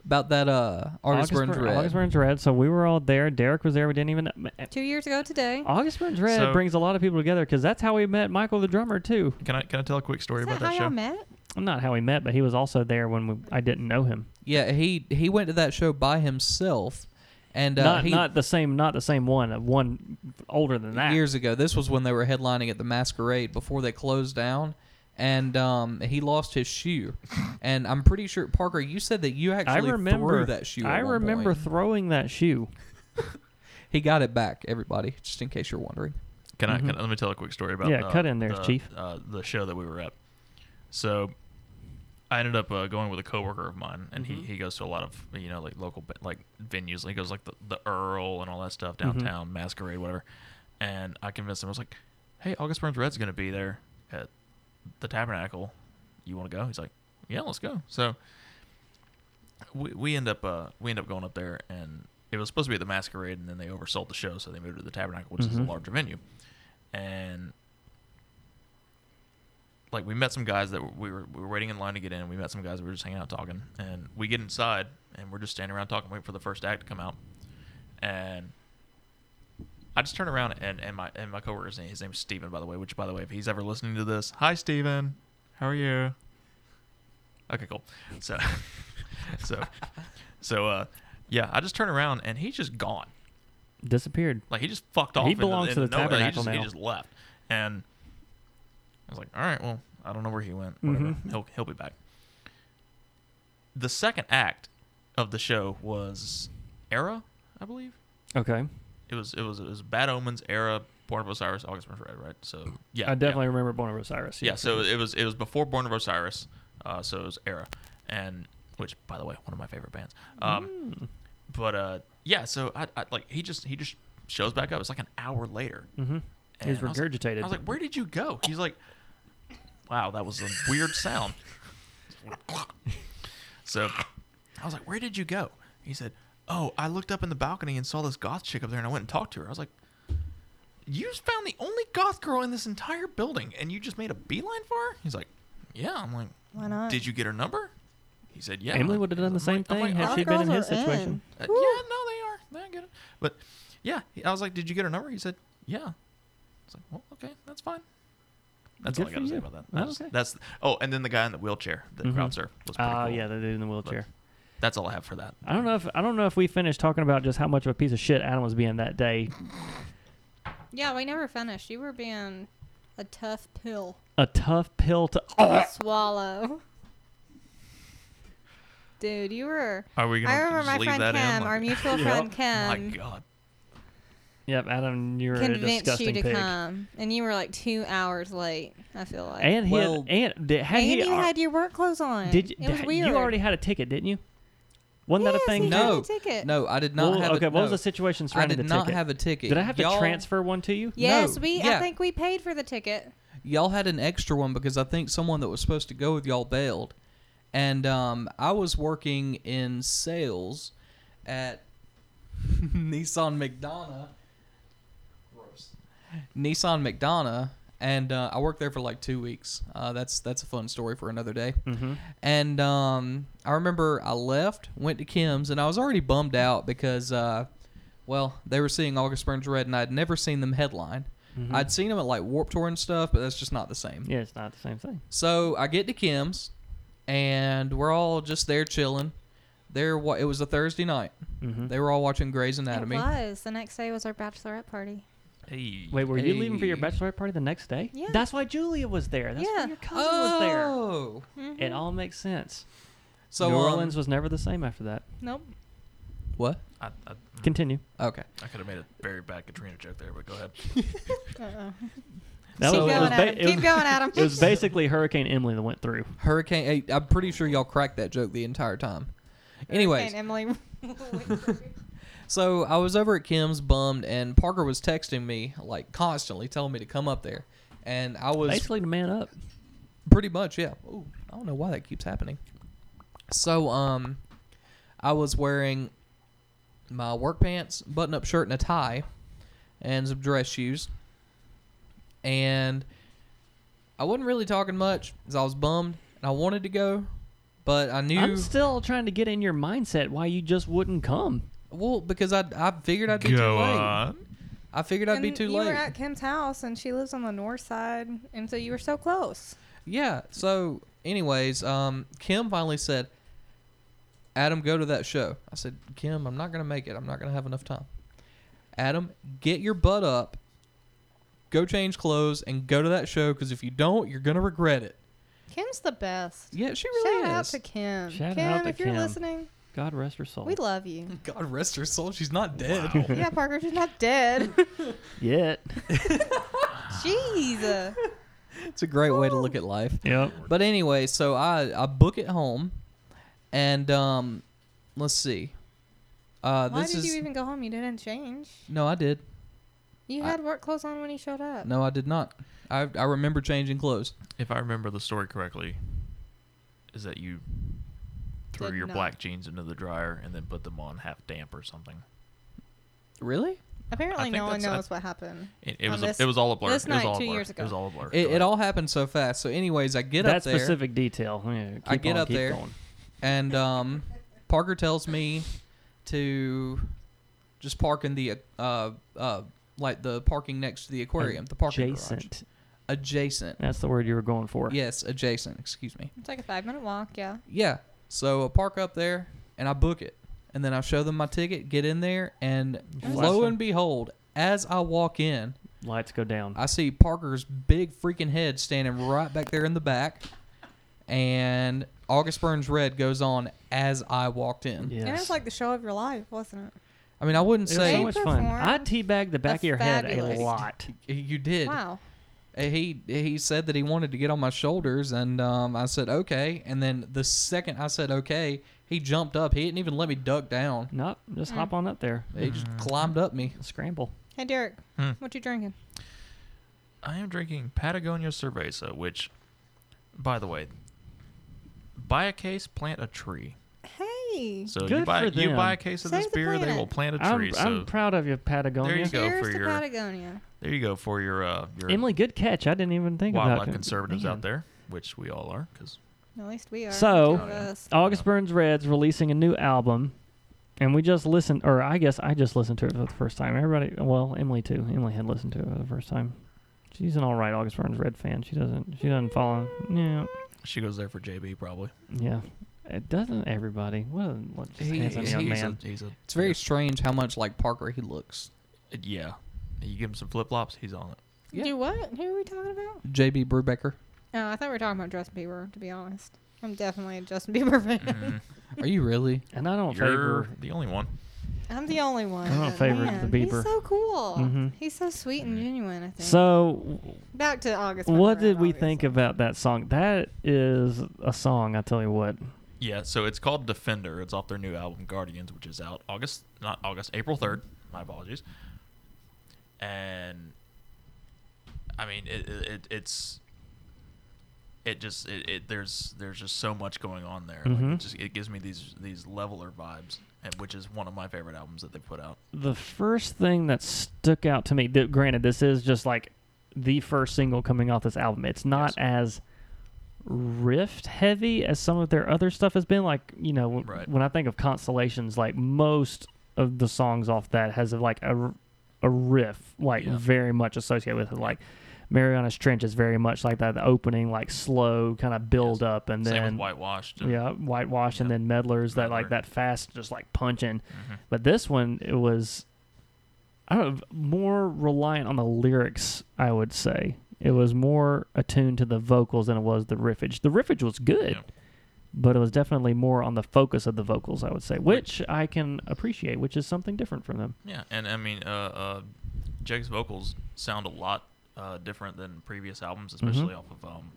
about that uh, August Burns Burn- Red. August Burns Red. So we were all there. Derek was there. We didn't even. Two years ago today. August Burns Red So- brings a lot of people together because that's how we met Michael the drummer too. Can I can I tell a quick story Is about that how show? y'all met? Not how we met, but he was also there when we, I didn't know him. Yeah, he he went to that show by himself, and uh, not he, not the same not the same one uh, one older than that years ago. This was when they were headlining at the Masquerade before they closed down, and um, he lost his shoe. and I'm pretty sure Parker, you said that you i actually remember threw that shoe. i at one remember point. throwing that shoe he got it back. Everybody, just in case you're wondering. Can I, can I- let me tell a quick story about Mm-hmm. Yeah, uh, cut in there, the, Chief. Uh, the show that we were at. So, I ended up uh, going with a coworker of mine, and Mm-hmm. he, he goes to a lot of you know like local ba- like venues. He goes like the, the Earl and all that stuff Mm-hmm. downtown, Masquerade, whatever. And I convinced him. I was like, "Hey, August Burns Red's gonna be there at the Tabernacle. You want to go?" He's like, "Yeah, let's go." So we, we end up uh, we end up going up there, and it was supposed to be at the Masquerade, and then they oversold the show, so they moved to the Tabernacle, which is a larger venue. And like we met some guys that were, we were we were waiting in line to get in. We met some guys we were just hanging out talking, and we get inside, and we're just standing around talking, waiting for the first act to come out. And I just turn around and, and my and my coworker's name his name's Steven, by the way, which by the way, if he's ever listening to this, hi Steven. How are you? Okay, cool. So (laughs) so so uh yeah, I just turn around and he's just gone. disappeared Like he just fucked He off. into- belongs to the into nowhere. Tabernacle he just, now. He just left, and I was like, "All right, well, I don't know where he went. Mm-hmm. Whatever. He'll he'll be back." The second act of the show was Era, I believe. okay It was it was it was Bad Omens, Era, Born of Osiris, August Burns Red, right? So yeah, i yeah. definitely remember born of osiris Yeah, so it was it was before Born of Osiris, uh, so it was Era, and which by the way, one of my favorite bands. Um, Mm. But uh, yeah, so I, I like he just he just shows back up. It's like an hour later. Mm-hmm. He was regurgitated. I was like, "Where did you go?" He's like, "Wow, that was a weird sound." so I was like, "Where did you go?" He said, "Oh, I looked up in the balcony and saw this goth chick up there, and I went and talked to her." I was like, you just found the only goth girl in this entire building and you just made a beeline for her? He's like, Yeah. I'm like, Why not? Did you get her number? He said, Yeah. Emily I'm would have like- "Oh, done the I'm same like- I'm thing like, had "All she been in girls his are in." situation. uh, yeah, no, they are. They get it. But Yeah. I was like, did you get her number? He said, yeah. It's like, well, okay, that's fine. That's all I Good got to for say you. about that. Oh, I just- okay. That's oh, and then the guy in the wheelchair that Mhm. crowd surf was pretty Ah, cool. yeah, the dude in the wheelchair. That's all I have for that. I don't know if I don't know if we finished talking about just how much of a piece of shit Adam was being that day. Yeah, we never finished. You were being a tough pill A tough pill to. to swallow. Dude, you were. Are we gonna I remember just my leave friend that in? Kim, Like- Oh our mutual friend Kim, my God. Yep, Adam, you're a convinced disgusting you to pig. come, and you were like two hours late. I feel like. And he Well- had, and did, had And he you ar- had your work clothes on. did you, it was had- weird. you already had a ticket, didn't you? Wasn't that Yes, a thing? he too? had No, a ticket. no, I did not Well, have. okay, a, what was no. the situation I surrounding did the not ticket? have a ticket. Did I have to Y'all- transfer one to you? Yes, No, we. yeah. I think we paid for the ticket. y'all had an extra one because I think someone that was supposed to go with y'all bailed, and um, I was working in sales at (laughs) Nissan McDonough. Gross. Nissan McDonough, and uh, I worked there for like two weeks. Uh, that's that's a fun story for another day. Mm-hmm. And um, I remember I left, went to Kim's, and I was already bummed out because, uh, well, they were seeing August Burns Red, and I'd never seen them headline. I'd seen them at like Warp Tour and stuff, but that's just not the same. Mm-hmm. Yeah, it's not the same thing. So I get to Kim's, and we're all just there chilling. There, wa- it was a Thursday night. Mhm. They were all watching Grey's Anatomy. It was the next day was our bachelorette party. Hey. Wait, were you leaving for your Hey. bachelorette party the next day? Yeah. That's why Julia was there. That's why Yeah. your cousin was Oh, Mm-hmm. there. It all makes sense. so New um, Orleans was never the same after that. Nope. what? I, I, Continue. Okay. I could have made a very bad Katrina joke there, but go (laughs) ahead. Uh-oh. That was, it Uh-uh. Keep going, was ba- Adam. it Keep was- going, Adam. (laughs) It (laughs) was basically Hurricane Emily that went through. Hurricane. eh, I'm pretty sure y'all cracked that joke the entire time. Anyways, Hurricane (laughs) Emily. So I was over at Kim's bummed, and Parker was texting me like constantly, telling me to come up there, and I was Basically, to man up. pretty much yeah. Ooh, I don't know why that keeps happening. So um, I was wearing my work pants, button-up shirt, and a tie, and some dress shoes, and I wasn't really talking much because I was bummed and I wanted to go, but I knew I'm still trying to get in your mindset why you just wouldn't come. well because I I figured I'd be too late. I figured I'd be too you late. were at Kim's house, and she lives on the north side, and so you were so close. Yeah. So, anyways, um, Kim finally said, "Adam, go to that show." I said, "Kim, I'm not gonna make it. I'm not gonna have enough time." Adam, get your butt up, go change clothes, and go to that show. Because if you don't, you're gonna regret it. Kim's the best. Yeah, she really Shout out is. to Kim. Shout Kim, out to if you're Kim. listening, God rest her soul. Oh. we (laughs) love you. (laughs) God rest her soul. She's not dead. yeah, Parker, she's not (laughs) dead. (laughs) Yet. Jeez. it's a great way to look at life. Yep. But anyway, so I I book it home, and um, let's see. Uh, Why this did is you even go home? You didn't change. no, I did. You I- had work clothes on when you showed up. No, I did not. I, I remember changing clothes. If I remember the story correctly, is that you threw Did your not. black jeans into the dryer and then put them on half damp or something. Really? Apparently, think no one that's- I- knows what happened. It, it On was Oh, this- a, it was all a blur. this it was night all two a blur. years ago. It was all a blur. It, Go it ahead. all happened so fast. So, anyways, I get that up there specific detail. Yeah, keep I get on, up keep there. Going. and um, Parker tells me to just park in the uh, uh, like the parking next to the aquarium, the parking Adjacent. garage, adjacent. That's the word you were going for. Yes, adjacent. Excuse me. It's like a five minute walk. Yeah. Yeah. So I park up there and I book it, and then I show them my ticket, get in there, and You lo flash and behold, as I walk in, Lights go down. I see Parker's big freaking head standing right back there in the back, and August Burns Red goes on as I walked in. yes. And it was like the show of your life, wasn't it? I mean, I wouldn't It was so say much fun. I performed teabagged the back of a your head a fabulous- lot. you did. Wow. He he said that he wanted to get on my shoulders, and um, I said okay. And then the second I said okay, he jumped up. He didn't even let me duck down. Nope. Just Mm. hop on up there. He just climbed up me. Scramble. Hey, Derek, Hmm. what you drinking? I am drinking Patagonia Cerveza, which, by the way, buy a case, plant a tree. Hey. So you Good buy for you buy a them. case of Save this the beer, they planet. will plant a tree. I'm, so I'm proud of you, Patagonia. There you go Cheers for to your- Patagonia. there you go for your uh your Emily, good catch. I didn't even think about wildlife it. conservatives Man. out there, which we all are, because At least we are. So- Look at us. August Burns Red's releasing a new album. And we just listened, or I guess I just listened to it for the first time. Everybody, well, Emily too. Emily had listened to it for the first time. She's an all right August Burns Red fan. She doesn't. She doesn't follow. Yeah, She goes there for JB probably. yeah. It doesn't everybody. What a what just He- handsome he's young a- man. he's a- Uh, It's very strange how much like Parker he looks. yeah. You give him some flip flops, he's on it. Yeah. Do what? Who are we talking about? JB Brubaker. Oh, I thought we were talking about Justin Bieber. To be honest, I'm definitely a Justin Bieber (laughs) fan. Mm-hmm. Are you really? And I don't You're favor. the only one. (laughs) I'm the only one. I don't but favor the man, Bieber. He's so cool. Mhm. He's so sweet and genuine. I think. So, back to August. what Burns did Red, we think obviously. about that song? That is a song. I tell you what. Yeah, so it's called Defender. It's off their new album Guardians, which is out August, not August, April third. My apologies. And I mean, it, it it- it's it just it, it there's there's just so much going on there. Like Mhm. it just it gives me these these leveler vibes, and which is one of my favorite albums that they put out. the first thing that stuck out to me th- granted this is just like the first single coming off this album it's not Yes. as riff heavy as some of their other stuff has been like you know w- Right. when i think of constellations like most of the songs off that has like a, r- a riff like Yeah. very much associated with it like mariana's trench is very much like that the opening like slow kind of build up and Same then with Whitewashed. and- yeah, whitewash and Yeah. then meddlers that like Meddler. that fast just like punching. Mhm. But this one it was I don't know, more reliant on the lyrics, I would say. It was more attuned to the vocals than it was the riffage. The riffage was good, Yeah. but it was definitely more on the focus of the vocals, I would say, which I can appreciate, which is something different from them. Yeah, and I mean, uh, uh, Jake's vocals sound a lot uh, different than previous albums, Mm-hmm. especially off of um,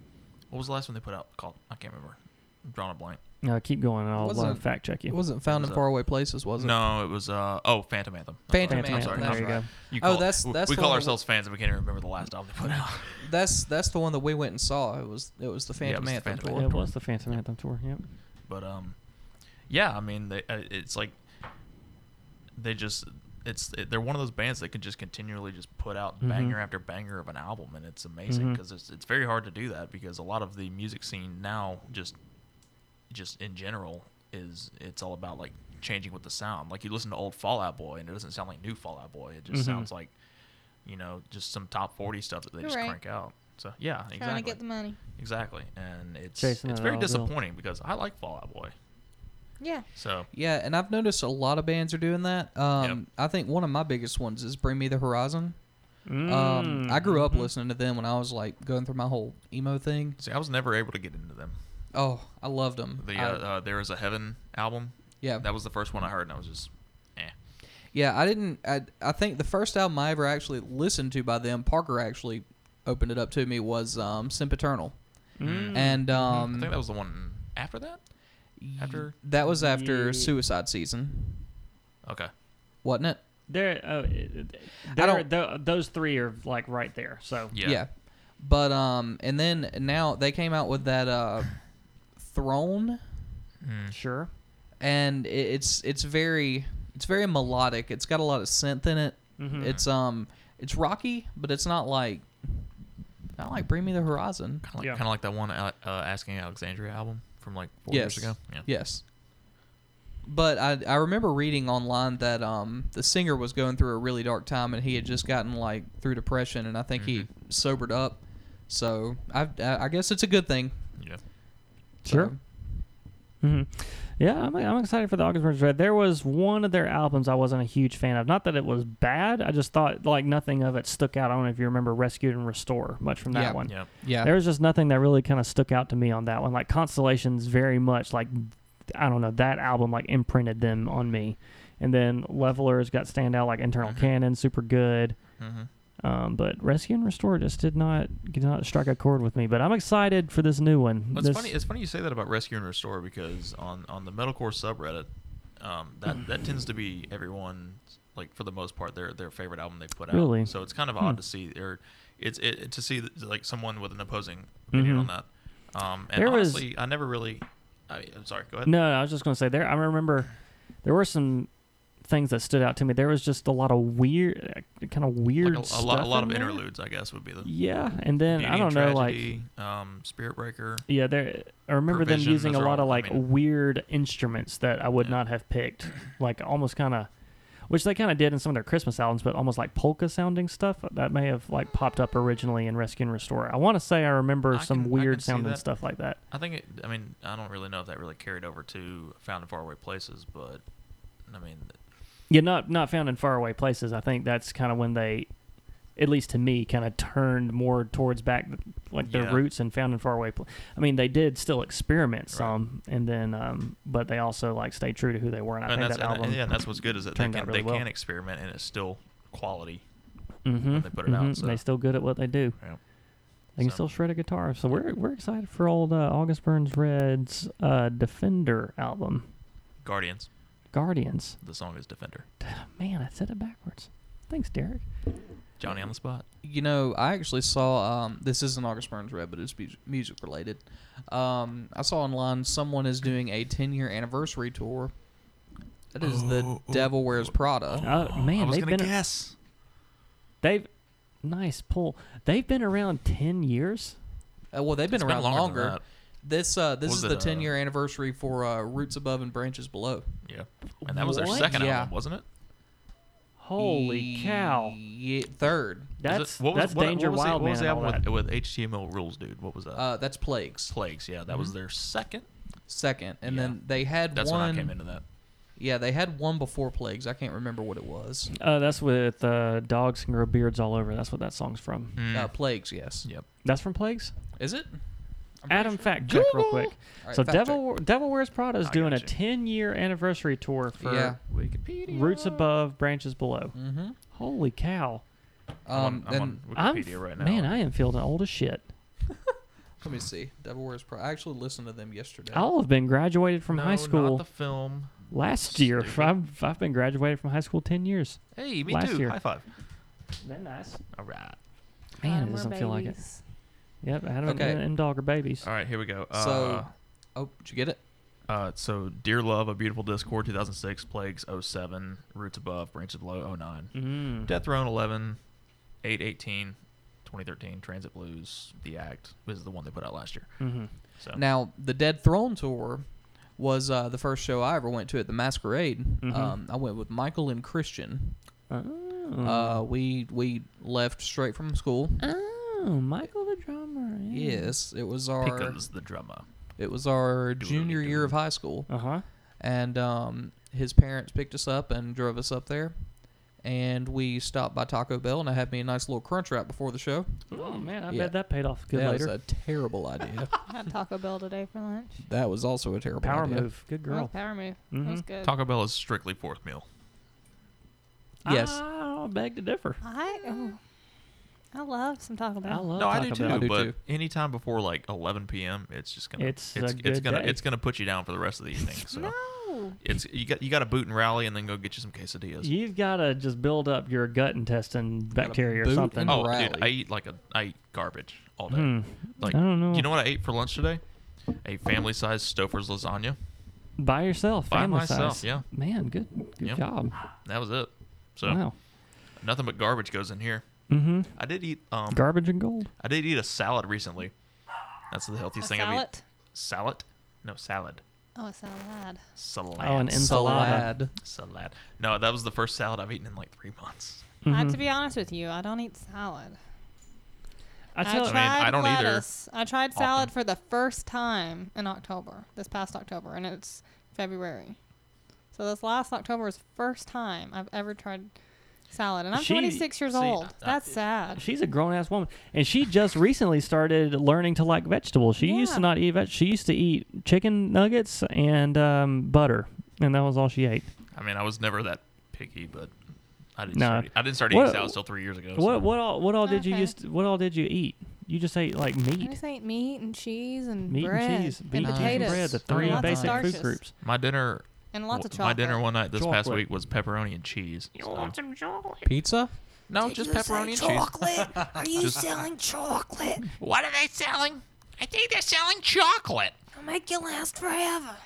what was the last one they put out called? I can't remember. I'm drawing a blank. Now keep going and I'll uh, Wasn't- fact check It you. wasn't found was in that? faraway places, was it? No, it was uh, oh, Phantom Anthem. That's Phantom what it was. Phantom I'm sorry, Anthem, I'm there you sorry. You Oh, call, that's- we- that's we the call one- ourselves fans, and we can't even remember the last album they put (laughs) out. That's that's the one that we went and saw. It was it was the Yeah, it Phantom was the Anthem Phantom tour. It was the Phantom Anthem tour, yep. but um, yeah, I mean, they, uh, it's like they just it's it, they're one of those bands that can just continually just put out Mhm. banger after banger of an album, and it's amazing Mhm. because it's it's very hard to do that because a lot of the music scene now just just in general is it's all about like changing with the sound. Like you listen to old Fallout Boy, and it doesn't sound like new Fallout Boy. It just Mhm. sounds like you know just some top forty stuff that they You're just right. crank out. So yeah, exactly. Trying to get the money. Exactly, and it's Jason it's and very I'll do. disappointing because I like Fallout Boy. Yeah. So Yeah, and I've noticed a lot of bands are doing that. Um, Yep. I think one of my biggest ones is Bring Me the Horizon. Um, Mm, I grew mm-hmm. up listening to them when I was like going through my whole emo thing. see, I was never able to get into them. Oh, I loved them. The I- uh, uh, There Is a Heaven album, yeah, that was the first one I heard, and I was just, eh. yeah. I didn't. I, I think the first album I ever actually listened to by them, Parker actually opened it up to me was um, Sempiternal, Mm. and mm-hmm. I um, think that was the one after that. after- that was after Ye- Suicide Season, Okay, wasn't it? There, uh, I there don't- tho- those three are like right there. So yeah, But um, and then now they came out with that uh, Throne, Mm. sure, and it, it's it's very it's very melodic. It's got a lot of synth in it. Mm-hmm. Mhm. It's um, it's rocky, but it's not like not like Bring Me the Horizon. kind of like, Yeah. kinda like that one uh, uh, Asking Alexandria album from like four yes. years ago. Yeah, Yes. But I I remember reading online that um the singer was going through a really dark time and he had just gotten like through depression and I think he Mm-hmm. sobered up. So I I I guess it's a good thing. yeah. Sure. hmm Yeah, I'm, I'm excited for the August Burns Red. There was one of their albums I wasn't a huge fan of. Not that it was bad, I just thought like nothing of it stuck out. I don't know if you remember Rescued and Restore much from that Yeah. one. Yeah. So, yeah. There was just nothing that really kind of stuck out to me on that one. Like Constellations, very much like I don't know that album like imprinted them on me. And then Leveler's got standout like Internal Mhm. Cannon, super good. Mm-hmm. Um, but Rescue and Restore just did not did not strike a chord with me. But I'm excited for this new one. Well, it's This- funny. It's funny you say that about Rescue and Restore because on on the metalcore subreddit, um, that that tends to be everyone like for the most part their their favorite album they put out. Really? So it's kind of Hmm. odd to see or it's it to see like someone with an opposing opinion Mhm. on that. Um, and There was- honestly, I never really. I, I'm sorry. Go ahead. No, no, I was just gonna say there. I remember there were some things that stood out to me. There was just a lot of weird, kind of weird Like a, a stuff. lot, a lot in of there. interludes, I guess, would be the. Yeah, and then Beauty I don't and know, like tragedy, um, Spirit Breaker. yeah, there. I remember Provision, them using a those are lot all- of I like mean- weird instruments that I would not have picked, like almost kind of, which they kind of did in some of their Christmas albums, but almost like polka sounding stuff that may have like popped up originally in Rescue and Restore. I want to say I remember I some can- I can weird see sounding that. stuff like that. I think. It, I mean, I don't really know if that really carried over to Found in Faraway Places, but I mean, Yeah, not not found in faraway places. I think that's kind of when they, at least to me, kind of turned more towards back like their Yeah. roots and found in faraway. Pl- I mean, they did still experiment Right. some, and then um, but they also like stayed true to who they were. And I and think that's that and- album. and, yeah, and that's what's good is that they turned out can really they well. can experiment and it's still quality. mm-hmm, when they put it out, so. They still good at what they do. Yeah. They can So- still shred a guitar. So we're we're excited for old uh, August Burns Red's uh, Defender album, Guardians. Guardians. (laughs) The song is Defender. Man, I said it backwards. Thanks, Derek. Johnny on the spot. You know, I actually saw um, this isn't August Burns Red, but it's mu- music related. Um, I saw online someone is doing a 10 year anniversary tour. That is Oh, the Devil Wears Prada. Uh, man, I was they've gonna been guess. They've nice pull. They've been around ten years. Uh, well, they've been It's been around longer than that. longer. This uh, this Was is it, the uh, 10 year anniversary for uh, Roots Above and Branches Below. Yeah, and that was their What? second Yeah. album, wasn't it? Holy cow! Ye- third. Is it- That's what was, that's what, Danger what was the- Wild what was the Man. album and all that. with, with HTML rules, dude? What was that? Uh, Mm. that's Plagues. Plagues. Yeah, that was their second. Second. And Yeah. then they had That's one. when I came into that. Yeah, they had one before Plagues. I can't remember what it was. Uh, that's with uh, dogs can grow beards all over. That's what that song's from. Hmm. Uh, Plagues, yes. Mm. Yep. That's from Plagues. Is it? Adam, fact check real quick. Alright, so fact Devil Devil Wears Prada is I doing a gotcha. ten year anniversary tour for yeah. Roots Above, Branches Below. Hmm. Mm-hmm. Holy cow! Um, I'm, and on, I'm on I'm Wikipedia f- right now. man, I am feeling old as shit. let me see. Devil Wears Prada. I actually listened to them yesterday. I'll have been graduated from no, high Not school the film. last year. Stupid. I've, I've been graduated from high school ten years. Hey, me Last too. year. High five. Then nice. All right. Uh, Man, it doesn't feel like it. Yep, Adam Okay. and, and dog are babies. All right, here we go. Uh, So- oh, did you get it? uh, so Dear Love, A Beautiful Discord, 2006, Plagues, 07, Roots Above, Branches Below, 09, Mm-hmm. Mm. Death Throne, 11, 818, 2013, Transit Blues, The Act is the one they put out last year. hmm So Now, the Dead Throne tour was uh, the first show I ever went to at the Masquerade. Mm-hmm. Um, I went with Michael and Christian. Mm-hmm. Oh. Uh, we we left straight from school. oh, Michael the drummer. Yeah. Yes, it was our Pickles the drummer. it was our junior year of high school, Uh huh. and um, his parents picked us up and drove us up there, and we stopped by Taco Bell and I had me a nice little crunch wrap before the show. Oh man, I Yeah. bet that paid off good that later. was a (laughs) terrible idea. I had Taco Bell today for lunch. that was also a terrible Power idea. move. Good Oh, girl. Mm-hmm. power move. That was good. Taco Bell is strictly fourth meal. Yes. I beg to differ. I oh, I love some Taco Bell. I love No, I Taco do too. Bell. I do but too. anytime before like 11 p.m., it's just gonna It's a it's good gonna day. it's gonna put you down for the rest of the evening. So no. it's you got you got to boot and rally and then go get you some quesadillas. You've got to just build up your gut intestine bacteria or boot something. and- Oh, rally. dude, I eat like a I eat garbage all day. Hmm. Like I don't know. You know what I ate for lunch today? A family sized Stouffer's lasagna. By yourself. By family myself, size. yeah. Man, good, good Yep. job. That was it. So Wow. nothing but garbage goes in here. Mm-hmm. I did eat um Garbage and gold. I did eat a salad recently. That's the healthiest A thing I've salad. eaten. Salad? No salad. Oh, a salad. Salad. Oh, an enchilada. Salad. Salad. No, that was the first salad I've eaten in like three months. Mm-hmm. I, to be honest with you, I don't eat salad. I I, tell tried mean, I don't either, lettuce. I tried salad for the first time in October, this past October, and it's February. So this last October was the first time I've ever tried salad, and I'm She- 26 years see, old. I- That's sad. She's a grown ass woman, and she just recently started learning to like vegetables. She used to Yeah. not eat veg. She used to eat chicken nuggets and um, butter, and that was all she ate. I mean, I was never that picky, but I didn't. No. Start, I didn't start eating What- salad until three years ago. so- What what all what all did you Okay. used what all did you eat? You just ate like I meat, just ate meat and cheese and meat bread and cheese, meat, and cheese, potatoes bread, the and three lots of basic starches, food groups. My dinner. and lots of w- my chocolate. dinner one night this past Chocolate. week was pepperoni and cheese. so- Pizza? No, just pepperoni and cheese. Are you (laughs) Just- selling chocolate? What are they selling? I think they're selling chocolate. I'll make you last forever.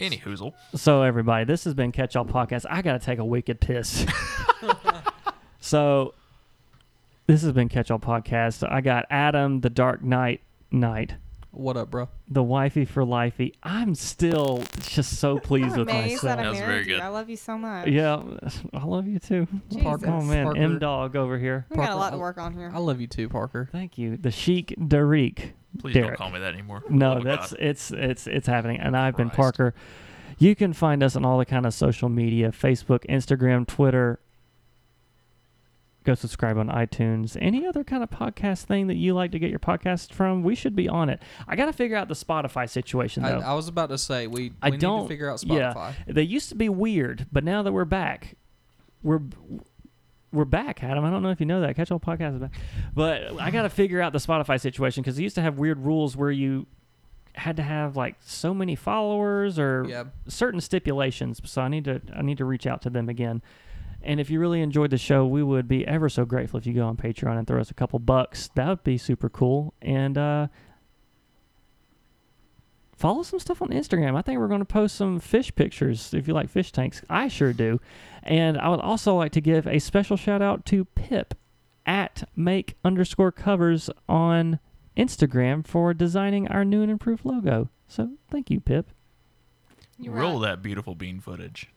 Any hoozle. So everybody, this has been Catch All Podcast. I gotta take a wicked (laughs) piss. so this has been Catch All Podcast. I got Adam, the Dark Knight Knight, What up, bro? the wifey for lifey. I'm still just so pleased I'm with amazed that myself. I That was married very you. good. I love you so much. yeah, I love you too. Jesus. Oh man, Parker. M Dog over here. We got a Parker, lot to I- work on here. I love you too, Parker. Thank you, the Sheik Derek. Please Derek. don't call me that anymore. No, Love of that's God. it's it's it's happening, and I've been Christ. Parker. You can find us on all the kind of social media: Facebook, Instagram, Twitter. Go subscribe on iTunes. Any other kind of podcast thing that you like to get your podcast from, we should be on it. I got to figure out the Spotify situation I, though. I was about to say we, we I need don't- to figure out yeah. Spotify. they used to be weird, but now that we're back, we're we're back, Adam. I don't know if you know that. Catch all podcasts is back, but I got to figure out the Spotify situation because they used to have weird rules where you had to have like so many followers or Yeah. certain stipulations. So I need to I need to reach out to them again. And if you really enjoyed the show, we would be ever so grateful if you go on Patreon and throw us a couple bucks. That would be super cool. And uh, follow some stuff on Instagram. I think we're going to post some fish pictures if you like fish tanks. I sure do. And I would also like to give a special shout out to Pip at make underscore covers on Instagram for designing our new and improved logo. So thank you, Pip. You're roll right. that beautiful bean footage.